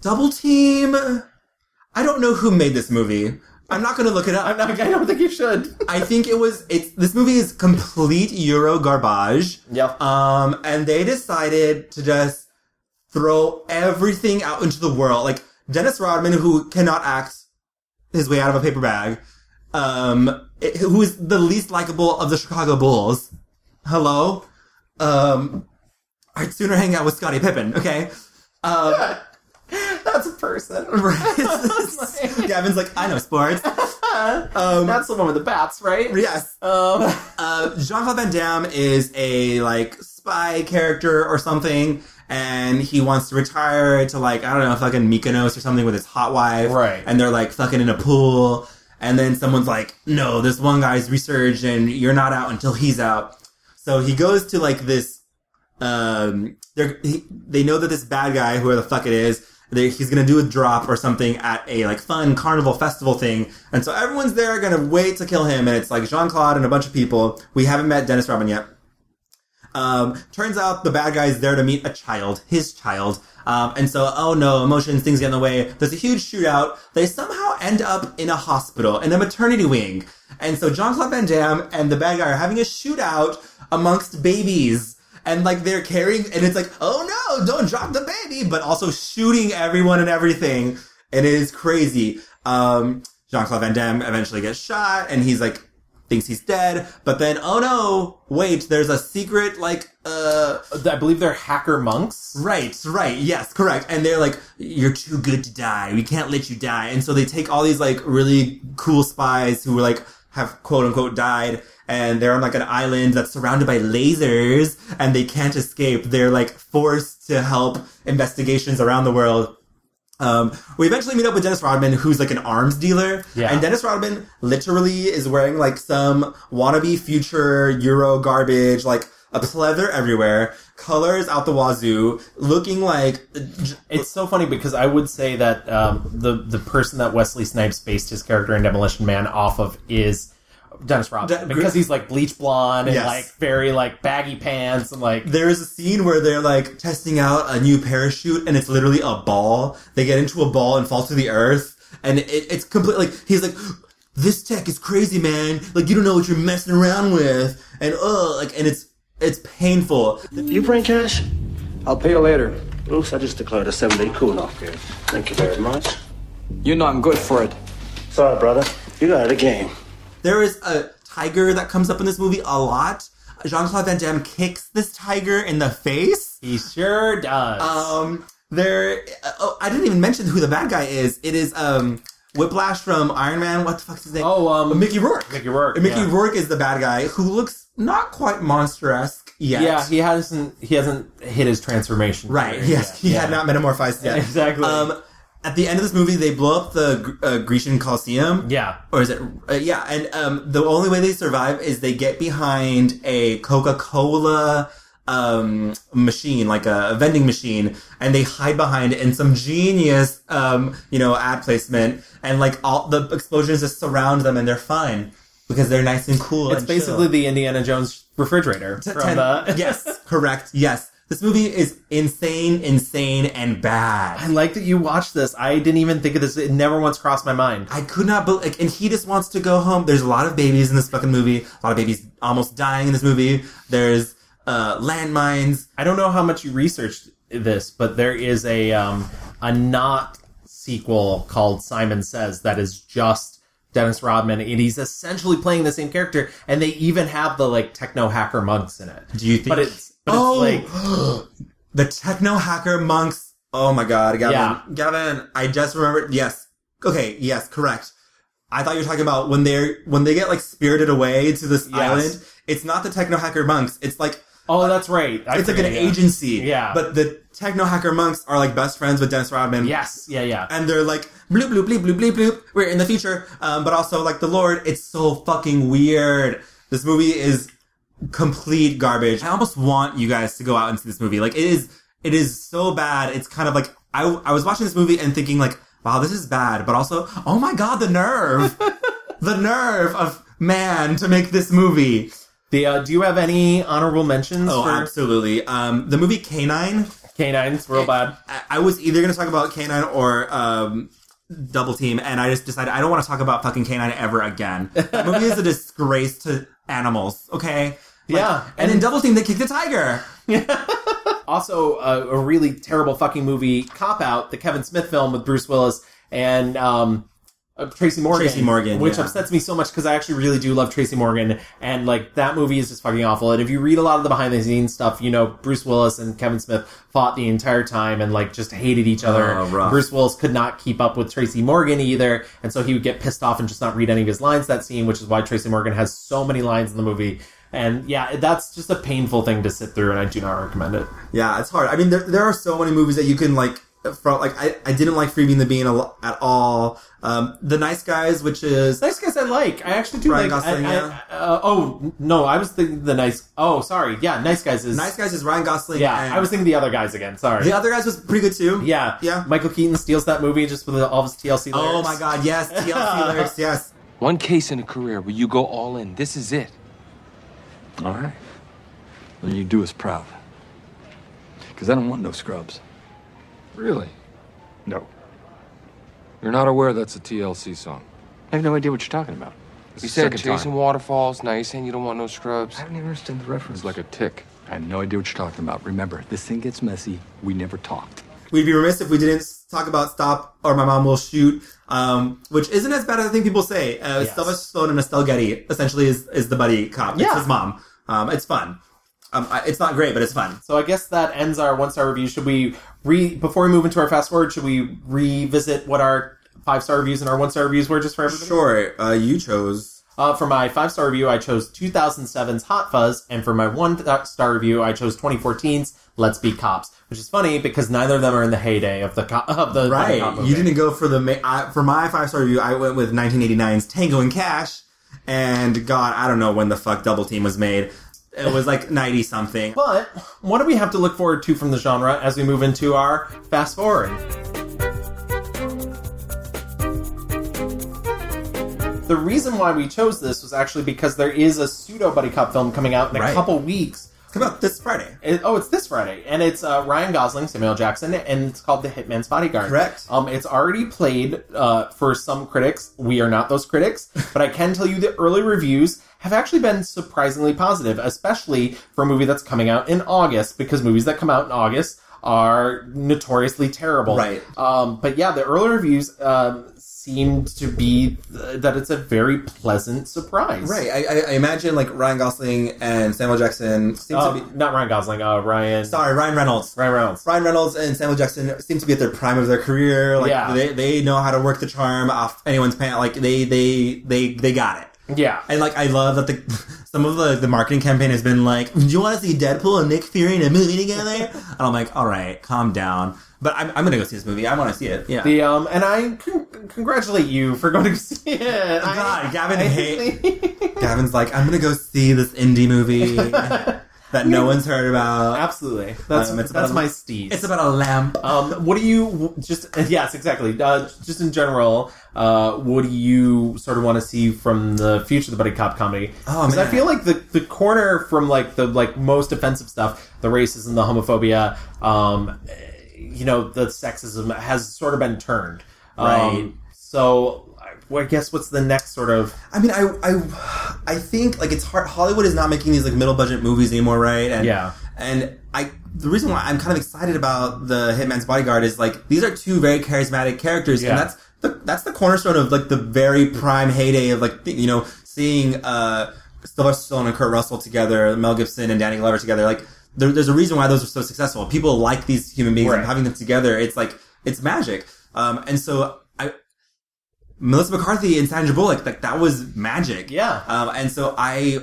Speaker 2: Double Team. I don't know who made this movie. I'm not going to look it up.
Speaker 1: I'm not, I don't think you should.
Speaker 2: I think it was. It's this movie is complete Euro garbage.
Speaker 1: Yep.
Speaker 2: Um, and they decided to just throw everything out into the world. Like Dennis Rodman, who cannot act his way out of a paper bag, um, it- who is the least likable of the Chicago Bulls. Hello. Um, I'd sooner hang out with Scottie Pippen. Okay. Um,
Speaker 1: That's a person.
Speaker 2: right. Gavin's like, I know sports. Um,
Speaker 1: That's the one with the bats, right?
Speaker 2: Yes.
Speaker 1: Um,
Speaker 2: uh, Jean Claude Van Damme is a like spy character or something, and he wants to retire to like I don't know fucking Mykonos or something with his hot wife,
Speaker 1: Right.
Speaker 2: And they're like fucking in a pool, and then someone's like, "No, this one guy's resurged, and you're not out until he's out." So he goes to like this. Um, they're, he, they know that this bad guy, whoever the fuck it is, they, he's gonna do a drop or something at a like fun carnival festival thing, and so everyone's there gonna wait to kill him, and it's like Jean Claude and a bunch of people. We haven't met Dennis Robin yet. Um, turns out the bad guy's there to meet a child, his child, Um, and so, oh no, emotions, things get in the way. There's a huge shootout. They somehow end up in a hospital, in a maternity wing. And so, John Claude Van Damme and the bad guy are having a shootout amongst babies. And like they're carrying, and it's like, oh no, don't drop the baby, but also shooting everyone and everything. And it is crazy. Um, Jean Claude Van Damme eventually gets shot, and he's like, thinks he's dead, but then, oh no, wait, there's a secret, like, uh.
Speaker 1: I believe they're hacker monks?
Speaker 2: Right, right, yes, correct. And they're like, you're too good to die, we can't let you die. And so they take all these, like, really cool spies who were like, have quote unquote died, and they're on like an island that's surrounded by lasers, and they can't escape. They're like forced to help investigations around the world. Um, we eventually meet up with Dennis Rodman, who's like an arms dealer.
Speaker 1: Yeah.
Speaker 2: And Dennis Rodman literally is wearing like some wannabe future Euro garbage, like a pleather everywhere, colors out the wazoo, looking like.
Speaker 1: It's so funny because I would say that um, the the person that Wesley Snipes based his character in Demolition Man off of is Dennis Rodman
Speaker 2: De-
Speaker 1: because he's like bleach blonde and
Speaker 2: Yes.
Speaker 1: like very like baggy pants and like
Speaker 2: There is a scene where they're like testing out a new parachute and it's literally a ball. They get into a ball and fall to the earth. And it, it's complete, like, he's like, this tech is crazy, man. Like, you don't know what you're messing around with. And, oh, like, and it's, it's painful.
Speaker 4: You bring cash? I'll pay you later. Bruce, I just declared a seven day cool off here. Thank you very much. You know I'm good for it. Sorry, brother. You got it game.
Speaker 2: There is a tiger that comes up in this movie a lot. Jean Claude Van Damme kicks this tiger in the face.
Speaker 1: He sure does.
Speaker 2: Um, there. Oh, I didn't even mention who the bad guy is. It is um Whiplash from Iron Man. What the fuck's his name?
Speaker 1: Oh, um,
Speaker 2: Mickey Rourke.
Speaker 1: Mickey Rourke.
Speaker 2: And Mickey
Speaker 1: yeah.
Speaker 2: Rourke is the bad guy who looks not quite monster esque yet.
Speaker 1: Yeah, he hasn't he hasn't hit his transformation.
Speaker 2: Right. Yes, he had not metamorphized yet.
Speaker 1: Exactly.
Speaker 2: Um, at the end of this movie, they blow up the Gr- uh, Grecian Colosseum.
Speaker 1: Yeah.
Speaker 2: Or is it? Uh, yeah. And um, the only way they survive is they get behind a Coca Cola um, machine, like a, a vending machine, and they hide behind it in some genius, um, you know, ad placement. And like all the explosions just surround them, and they're fine because they're nice and cool.
Speaker 1: It's
Speaker 2: and
Speaker 1: basically
Speaker 2: chill.
Speaker 1: the Indiana Jones refrigerator
Speaker 2: T-
Speaker 1: from uh,
Speaker 2: ten-
Speaker 1: the
Speaker 2: yes, correct. Yes, this movie is insane, insane, and bad.
Speaker 1: I like that you watched this. I didn't even think of this. It never once crossed my mind.
Speaker 2: I could not believe, like, and he just wants to go home. There's a lot of babies in this fucking movie. A lot of babies almost dying in this movie. There's uh, landmines.
Speaker 1: I don't know how much you researched this, but there is a um, a not sequel called Simon Says that is just Dennis Rodman, and he's essentially playing the same character. And they even have the like techno hacker monks in it.
Speaker 2: Do you think?
Speaker 1: But it's but it's
Speaker 2: oh,
Speaker 1: like
Speaker 2: the techno hacker monks. Oh my god, Gavin,
Speaker 1: Yeah.
Speaker 2: Gavin, I just remembered. Yes, okay, yes, correct. I thought you were talking about when they're when they get like spirited away to this
Speaker 1: Yes.
Speaker 2: island. It's not the techno hacker monks. It's like
Speaker 1: oh, that's right. I
Speaker 2: it's like an
Speaker 1: forget, yeah.
Speaker 2: agency.
Speaker 1: Yeah.
Speaker 2: But the techno hacker monks are like best friends with Dennis Rodman.
Speaker 1: Yes. Yeah. Yeah.
Speaker 2: And they're like bloop bloop bleep bloop bleep bloop. We're in the future, um, but also like the Lord. It's so fucking weird. This movie is complete garbage. I almost want you guys to go out and see this movie. Like it is, it is so bad. It's kind of like I I was watching this movie and thinking like, wow, this is bad, but also oh my god, the nerve, the nerve of man to make this movie.
Speaker 1: The uh, do you have any honorable mentions?
Speaker 2: Oh,
Speaker 1: for-
Speaker 2: absolutely. Um, the movie Canine.
Speaker 1: Canine's real bad.
Speaker 2: I, I was either going to talk about Canine or um, Double Team, and I just decided I don't want to talk about fucking Canine ever again. That movie is a disgrace to animals. Okay. Like,
Speaker 1: Yeah,
Speaker 2: And in Double Team, they kick the tiger.
Speaker 1: also a, a really terrible fucking movie, Cop Out, the Kevin Smith film with Bruce Willis and um, uh, Tracy Morgan.
Speaker 2: Tracy Morgan,
Speaker 1: which
Speaker 2: yeah.
Speaker 1: upsets me so much because I actually really do love Tracy Morgan, and like that movie is just fucking awful. And if you read a lot of the behind the scenes stuff, you know Bruce Willis and Kevin Smith fought the entire time and like just hated each other.
Speaker 2: Oh, rough.
Speaker 1: Bruce Willis could not keep up with Tracy Morgan either, and so he would get pissed off and just not read any of his lines that scene, which is why Tracy Morgan has so many lines in the movie. And yeah, that's just a painful thing to sit through, and I do not recommend it.
Speaker 2: Yeah, it's hard. I mean, there, there are so many movies that you can like. From like, I, I didn't like Freebie and the Bean a lo- at all. Um, the Nice Guys, which is
Speaker 1: Nice guys I like. I actually do
Speaker 2: Ryan
Speaker 1: like. I-
Speaker 2: Gosling,
Speaker 1: I-
Speaker 2: yeah.
Speaker 1: uh, oh no, I was thinking the nice. Oh, sorry. Yeah, nice guys is
Speaker 2: Nice Guys is Ryan Gosling.
Speaker 1: Yeah,
Speaker 2: and-
Speaker 1: I was thinking the other guys again. Sorry.
Speaker 2: The Other Guys was pretty good too.
Speaker 1: Yeah, yeah. Michael Keaton steals that movie just with all of his TLC. Lyrics.
Speaker 2: Oh my god, yes, TLC lyrics, yes.
Speaker 15: One case in a career where you go all in. This is it.
Speaker 10: All right. Then you do us proud. Because I don't want no scrubs.
Speaker 6: Really? No. You're not aware that's a TLC song.
Speaker 7: I have no idea what you're talking about.
Speaker 6: It's
Speaker 7: You
Speaker 6: the
Speaker 7: said
Speaker 6: second time.
Speaker 7: chasing waterfalls. Now you're saying you don't want no scrubs. I
Speaker 6: don't even understand the reference.
Speaker 7: It's like a tick.
Speaker 6: I have no idea what you're talking about. Remember, this thing gets messy. We never talked.
Speaker 2: We'd be remiss if we didn't talk about Stop or My Mom Will Shoot, um, which isn't as bad as I think people say. Uh, Sylvester Stallone and Estelle Getty essentially is, is the buddy cop. It's
Speaker 1: Yeah.
Speaker 2: his mom. Um, it's fun. Um, I- it's not great, but it's fun.
Speaker 1: So I guess that ends our one star review. Should we re before we move into our fast forward? Should we revisit what our five star reviews and our one star reviews were just for everybody?
Speaker 2: Sure. Uh, you chose.
Speaker 1: Uh, for my five star review, I chose 2007's Hot Fuzz, and for my one th- star review, I chose 2014's Let's Be Cops, which is funny because neither of them are in the heyday of the co- of the
Speaker 2: Right.
Speaker 1: cop movie.
Speaker 2: You didn't go for the ma- I, for my five star review. I went with 1989's Tango and Cash, and God, I don't know when the fuck Double Team was made. It was like 90 something.
Speaker 1: But what do we have to look forward to from the genre as we move into our fast forward? The reason why we chose this was actually because there is a pseudo buddy cop film coming out in a
Speaker 2: Right.
Speaker 1: couple weeks. It's
Speaker 2: coming out this Friday.
Speaker 1: oh, it's this Friday, and it's uh, Ryan Gosling, Samuel Jackson, and it's called The Hitman's Bodyguard.
Speaker 2: Correct.
Speaker 1: Um, it's already played uh, for some critics. We are not those critics, but I can tell you the early reviews have actually been surprisingly positive, especially for a movie that's coming out in August, because movies that come out in August are notoriously terrible.
Speaker 2: Right.
Speaker 1: Um, but yeah, the early reviews um, seemed to be th- that it's a very pleasant surprise.
Speaker 2: Right. I, I, I imagine like Ryan Gosling and Samuel Jackson seem
Speaker 1: Uh,
Speaker 2: to be
Speaker 1: not Ryan Gosling. Uh, Ryan.
Speaker 2: Sorry, Ryan Reynolds.
Speaker 1: Ryan Reynolds.
Speaker 2: Ryan Reynolds and Samuel Jackson seem to be at their prime of their career. Like
Speaker 1: Yeah.
Speaker 2: they, they know how to work the charm off anyone's pant. Like they they they they got it.
Speaker 1: Yeah.
Speaker 2: And like I love that the some of the, the marketing campaign has been like, "Do you want to see Deadpool and Nick Fury in a movie together?" and I'm like, "All right, calm down." But I'm, I'm gonna go see this movie. I want to see it. Yeah.
Speaker 1: The um, and I con- congratulate you for going to see it. God,
Speaker 2: Gavin hate- Gavin's like, "I'm gonna go see this indie movie that no one's heard about."
Speaker 1: Absolutely. That's
Speaker 2: Um, it's
Speaker 1: that's
Speaker 2: about a-
Speaker 1: my steez.
Speaker 2: It's about a lamp.
Speaker 1: Um, what do you just? Yes, exactly. Uh, just in general, uh, what do you sort of want to see from the future of the buddy cop comedy?
Speaker 2: Oh,
Speaker 1: Because I
Speaker 2: man.
Speaker 1: feel like the the corner from like the like most offensive stuff, the racism, the homophobia, um, eh, you know, the sexism has sort of been turned. Um,
Speaker 2: Right.
Speaker 1: so, I- well, I guess what's the next sort of?
Speaker 2: I mean, I, I, I think like it's hard. Hollywood is not making these like middle budget movies anymore, right? And,
Speaker 1: Yeah.
Speaker 2: And I, the reason why I'm kind of excited about the Hitman's Bodyguard is like these are two very charismatic characters,
Speaker 1: Yeah.
Speaker 2: and that's the that's the cornerstone of like the very prime heyday of like you know seeing uh Sylvester Stallone and Kurt Russell together, Mel Gibson and Danny Glover together. Like there, there's a reason why those are so successful. People like these human beings,
Speaker 1: Right.
Speaker 2: and having them together, it's like it's magic. Um, and so I, Melissa McCarthy and Sandra Bullock, like that was magic.
Speaker 1: Yeah.
Speaker 2: Um, and so I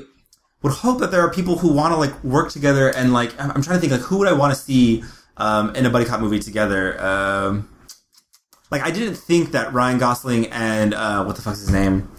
Speaker 2: would hope that there are people who want to like work together and like I'm, I'm trying to think like who would I want to see um, in a buddy cop movie together. Um, like I didn't think that Ryan Gosling and uh, what the fuck's his name?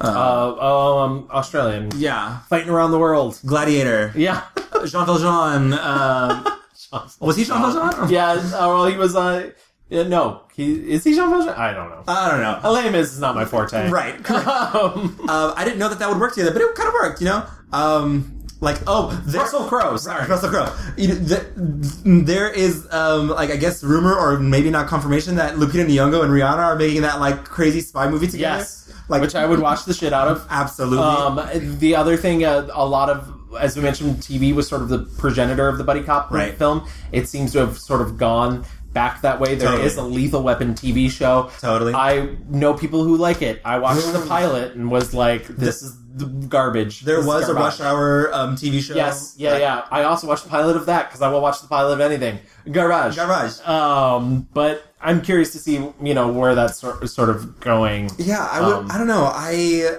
Speaker 1: Uh, oh, um, Australian.
Speaker 2: Yeah,
Speaker 1: fighting around the world.
Speaker 2: Gladiator.
Speaker 1: Yeah,
Speaker 2: Jean Valjean. Um, was he Jean Valjean?
Speaker 1: Yeah. Uh, well, he was. Uh, yeah, no, he is he Jean Valjean? I don't know.
Speaker 2: I don't know.
Speaker 1: A lame is not my forte.
Speaker 2: Right. correct. um, I didn't know that that would work together, but it kind of worked, you know? Um, like, oh, there, Russell Crowe. Sorry. Russell Crowe. You know, the, there is, um, like, I guess rumor or maybe not confirmation that Lupita Nyong'o and Rihanna are making that, like, crazy spy movie together.
Speaker 1: Yes.
Speaker 2: Like,
Speaker 1: Which I would watch the shit out of.
Speaker 2: Absolutely.
Speaker 1: Um, the other thing, uh, a lot of, as we mentioned, TV was sort of the progenitor of the buddy cop
Speaker 2: Right.
Speaker 1: film. It seems to have sort of gone back that way. There is
Speaker 2: Totally.
Speaker 1: a Lethal Weapon TV show.
Speaker 2: Totally.
Speaker 1: I know people who like it. I watched the pilot and was like, this is the garbage.
Speaker 2: there
Speaker 1: This is
Speaker 2: was a
Speaker 1: garbage.
Speaker 2: Rush Hour um, TV show.
Speaker 1: Yes, yeah, yeah. I also watched the pilot of that because I will watch the pilot of anything. Garage,
Speaker 2: garage.
Speaker 1: Um, but I'm curious to see, you know, where that's sor- sort of going.
Speaker 2: Yeah, I would.
Speaker 1: Um,
Speaker 2: I don't know. I,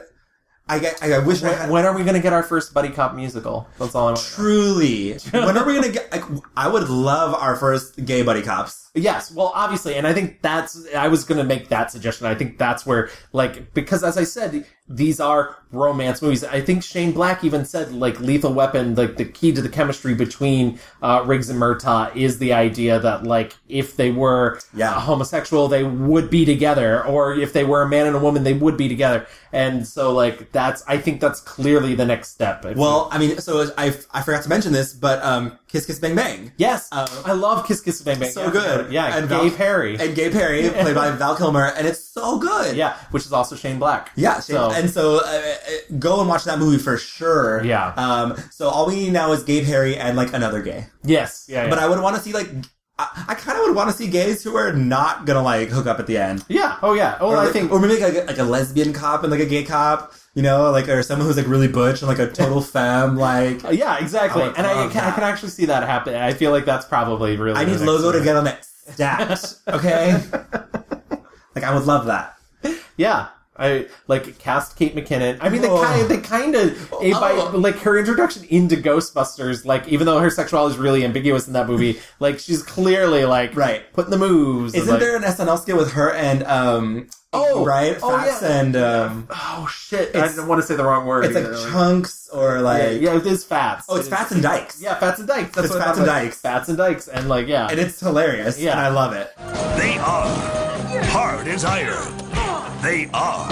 Speaker 2: I, get- I, I wish I
Speaker 1: when,
Speaker 2: had.
Speaker 1: when are we going to get our first buddy cop musical? That's all I want.
Speaker 2: Truly, when are we gonna get? Like, I would love our first gay buddy cops.
Speaker 1: Yes, well, obviously, and I think that's I was going to make that suggestion. I think that's where, like, because as I said, these are romance movies. I think Shane Black even said, like, Lethal Weapon, like the key to the chemistry between uh, Riggs and Murtaugh is the idea that, like, if they were homosexual, they would be together, or if they were a man and a woman, they would be together. And so, like, that's I think that's clearly the next step.
Speaker 2: Well, I mean, so I, I forgot to mention this, but um, Kiss Kiss Bang Bang.
Speaker 1: Yes, I love Kiss Kiss Bang Bang.
Speaker 2: uh, So
Speaker 1: Yeah.
Speaker 2: good.
Speaker 1: Yeah,
Speaker 2: And
Speaker 1: and
Speaker 2: Val-
Speaker 1: Gay Perry
Speaker 2: and Gay Perry, played by Val Kilmer, and it's so good.
Speaker 1: Yeah, which is also Shane Black.
Speaker 2: Yeah,
Speaker 1: so
Speaker 2: and so uh, uh, go and watch that movie for sure.
Speaker 1: Yeah.
Speaker 2: Um. So all we need now is Gay Perry and like another gay.
Speaker 1: yes, yeah, yeah.
Speaker 2: But I would want to see like I, I kind of would want to see gays who are not gonna like hook up at the end.
Speaker 1: Yeah. Oh yeah. Oh,
Speaker 2: or,
Speaker 1: I
Speaker 2: like-
Speaker 1: think.
Speaker 2: or maybe like a, like a lesbian cop and like a gay cop. You know, like or someone who's like really butch and like a total femme. Like
Speaker 1: Yeah, exactly.
Speaker 2: I would
Speaker 1: and I
Speaker 2: love
Speaker 1: can, I can actually see that happen. I feel like that's probably really.
Speaker 2: oh, I need
Speaker 1: the next
Speaker 2: Logo to
Speaker 1: year.
Speaker 2: get on that stacked. Okay. like I would love that.
Speaker 1: Yeah. I like cast Kate McKinnon. I mean,
Speaker 2: Oh.
Speaker 1: they kind of, they kind of by like her introduction into Ghostbusters. Like, even though her sexuality is really ambiguous in that movie, like she's clearly like right putting the moves. and,
Speaker 2: Isn't
Speaker 1: like-
Speaker 2: there an SNL skit with her and um
Speaker 1: Oh,
Speaker 2: right
Speaker 1: oh,
Speaker 2: Fats
Speaker 1: yeah.
Speaker 2: and um
Speaker 1: oh shit I
Speaker 2: it's-
Speaker 1: didn't want to say the wrong word.
Speaker 2: it's like chunks or like
Speaker 1: yeah, yeah, it is fats.
Speaker 2: Oh, it's
Speaker 1: It
Speaker 2: Fats
Speaker 1: is-
Speaker 2: and Dykes.
Speaker 1: Yeah, fats and dykes. That's
Speaker 2: It's
Speaker 1: what
Speaker 2: Fats
Speaker 1: I'm
Speaker 2: and
Speaker 1: like,
Speaker 2: Dykes.
Speaker 1: Fats and dykes, and like yeah,
Speaker 2: and it's hilarious
Speaker 1: Yeah.
Speaker 2: and I love it.
Speaker 8: They are hard as iron. They are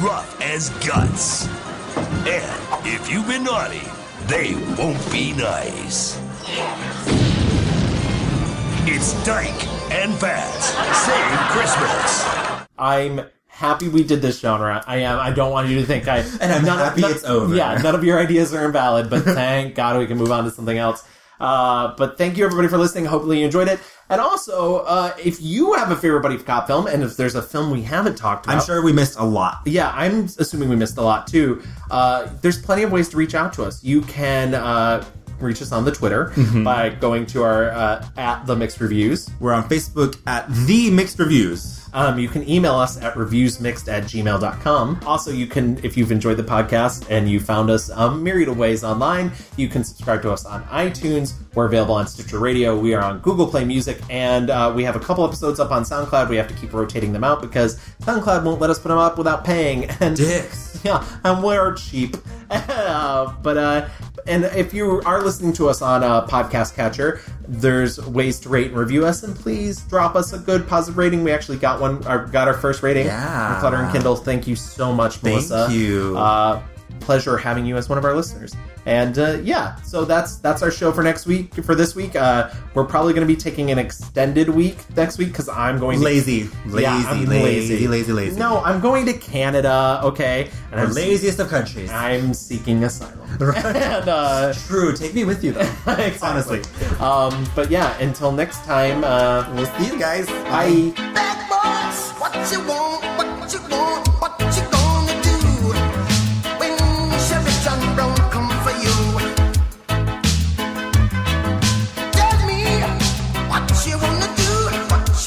Speaker 8: rough as guts. And if you've been naughty, they won't be nice. It's Dyke and Fats. Save Christmas.
Speaker 1: I'm happy we did this genre. I am. I don't want you to think I.
Speaker 2: And I'm
Speaker 1: none of-
Speaker 2: happy
Speaker 1: none-
Speaker 2: it's over.
Speaker 1: Yeah, none of your ideas are invalid, but thank God we can move on to something else. Uh, but thank you everybody for listening. Hopefully you enjoyed it. And also, uh, if you have a favorite Buddy Cop film, and if there's a film we haven't talked about,
Speaker 2: I'm sure we missed a lot.
Speaker 1: yeah, I'm assuming we missed a lot too. Uh, there's plenty of ways to reach out to us. You can uh, reach us on the Twitter
Speaker 2: Mhm.
Speaker 1: by going to our uh, at the Mixed Reviews.
Speaker 2: We're on Facebook at the Mixed Reviews.
Speaker 1: Um, you can email us at reviewsmixed at gmail.com. Also, you can, if you've enjoyed the podcast and you found us a myriad of ways online, you can subscribe to us on iTunes. We're available on Stitcher Radio. We are on Google Play Music. And uh, we have a couple episodes up on SoundCloud. We have to keep rotating them out because SoundCloud won't let us put them up without paying. And
Speaker 2: Dicks.
Speaker 1: Yeah, and we're cheap. Uh, but uh, and if you are listening to us on a podcast catcher, there's ways to rate and review us, and please drop us a good positive rating. We actually got one, or got our first rating.
Speaker 2: Yeah.
Speaker 1: from Clutter and Kindle. Thank you so much,
Speaker 2: Thank
Speaker 1: Melissa.
Speaker 2: you.
Speaker 1: Uh, pleasure having you as one of our listeners. And uh, yeah, so that's that's our show for next week. For this week, uh, we're probably going to be taking an extended week next week because I'm going to-
Speaker 2: Lazy. Lazy,
Speaker 1: yeah, I'm
Speaker 2: lazy, lazy, lazy.
Speaker 1: No, I'm going to Canada. Okay, and
Speaker 2: The
Speaker 1: I'm
Speaker 2: laziest of countries.
Speaker 1: I'm seeking asylum.
Speaker 2: Right.
Speaker 1: and, uh,
Speaker 2: True. Take me with you though.
Speaker 1: Honestly. Um, but yeah, until next time, uh,
Speaker 2: we'll see you guys.
Speaker 1: Bye.
Speaker 9: Bad boys, what you want, what you want, what you gonna do? When Sheriff John Brown come for you. Tell me what you wanna do, what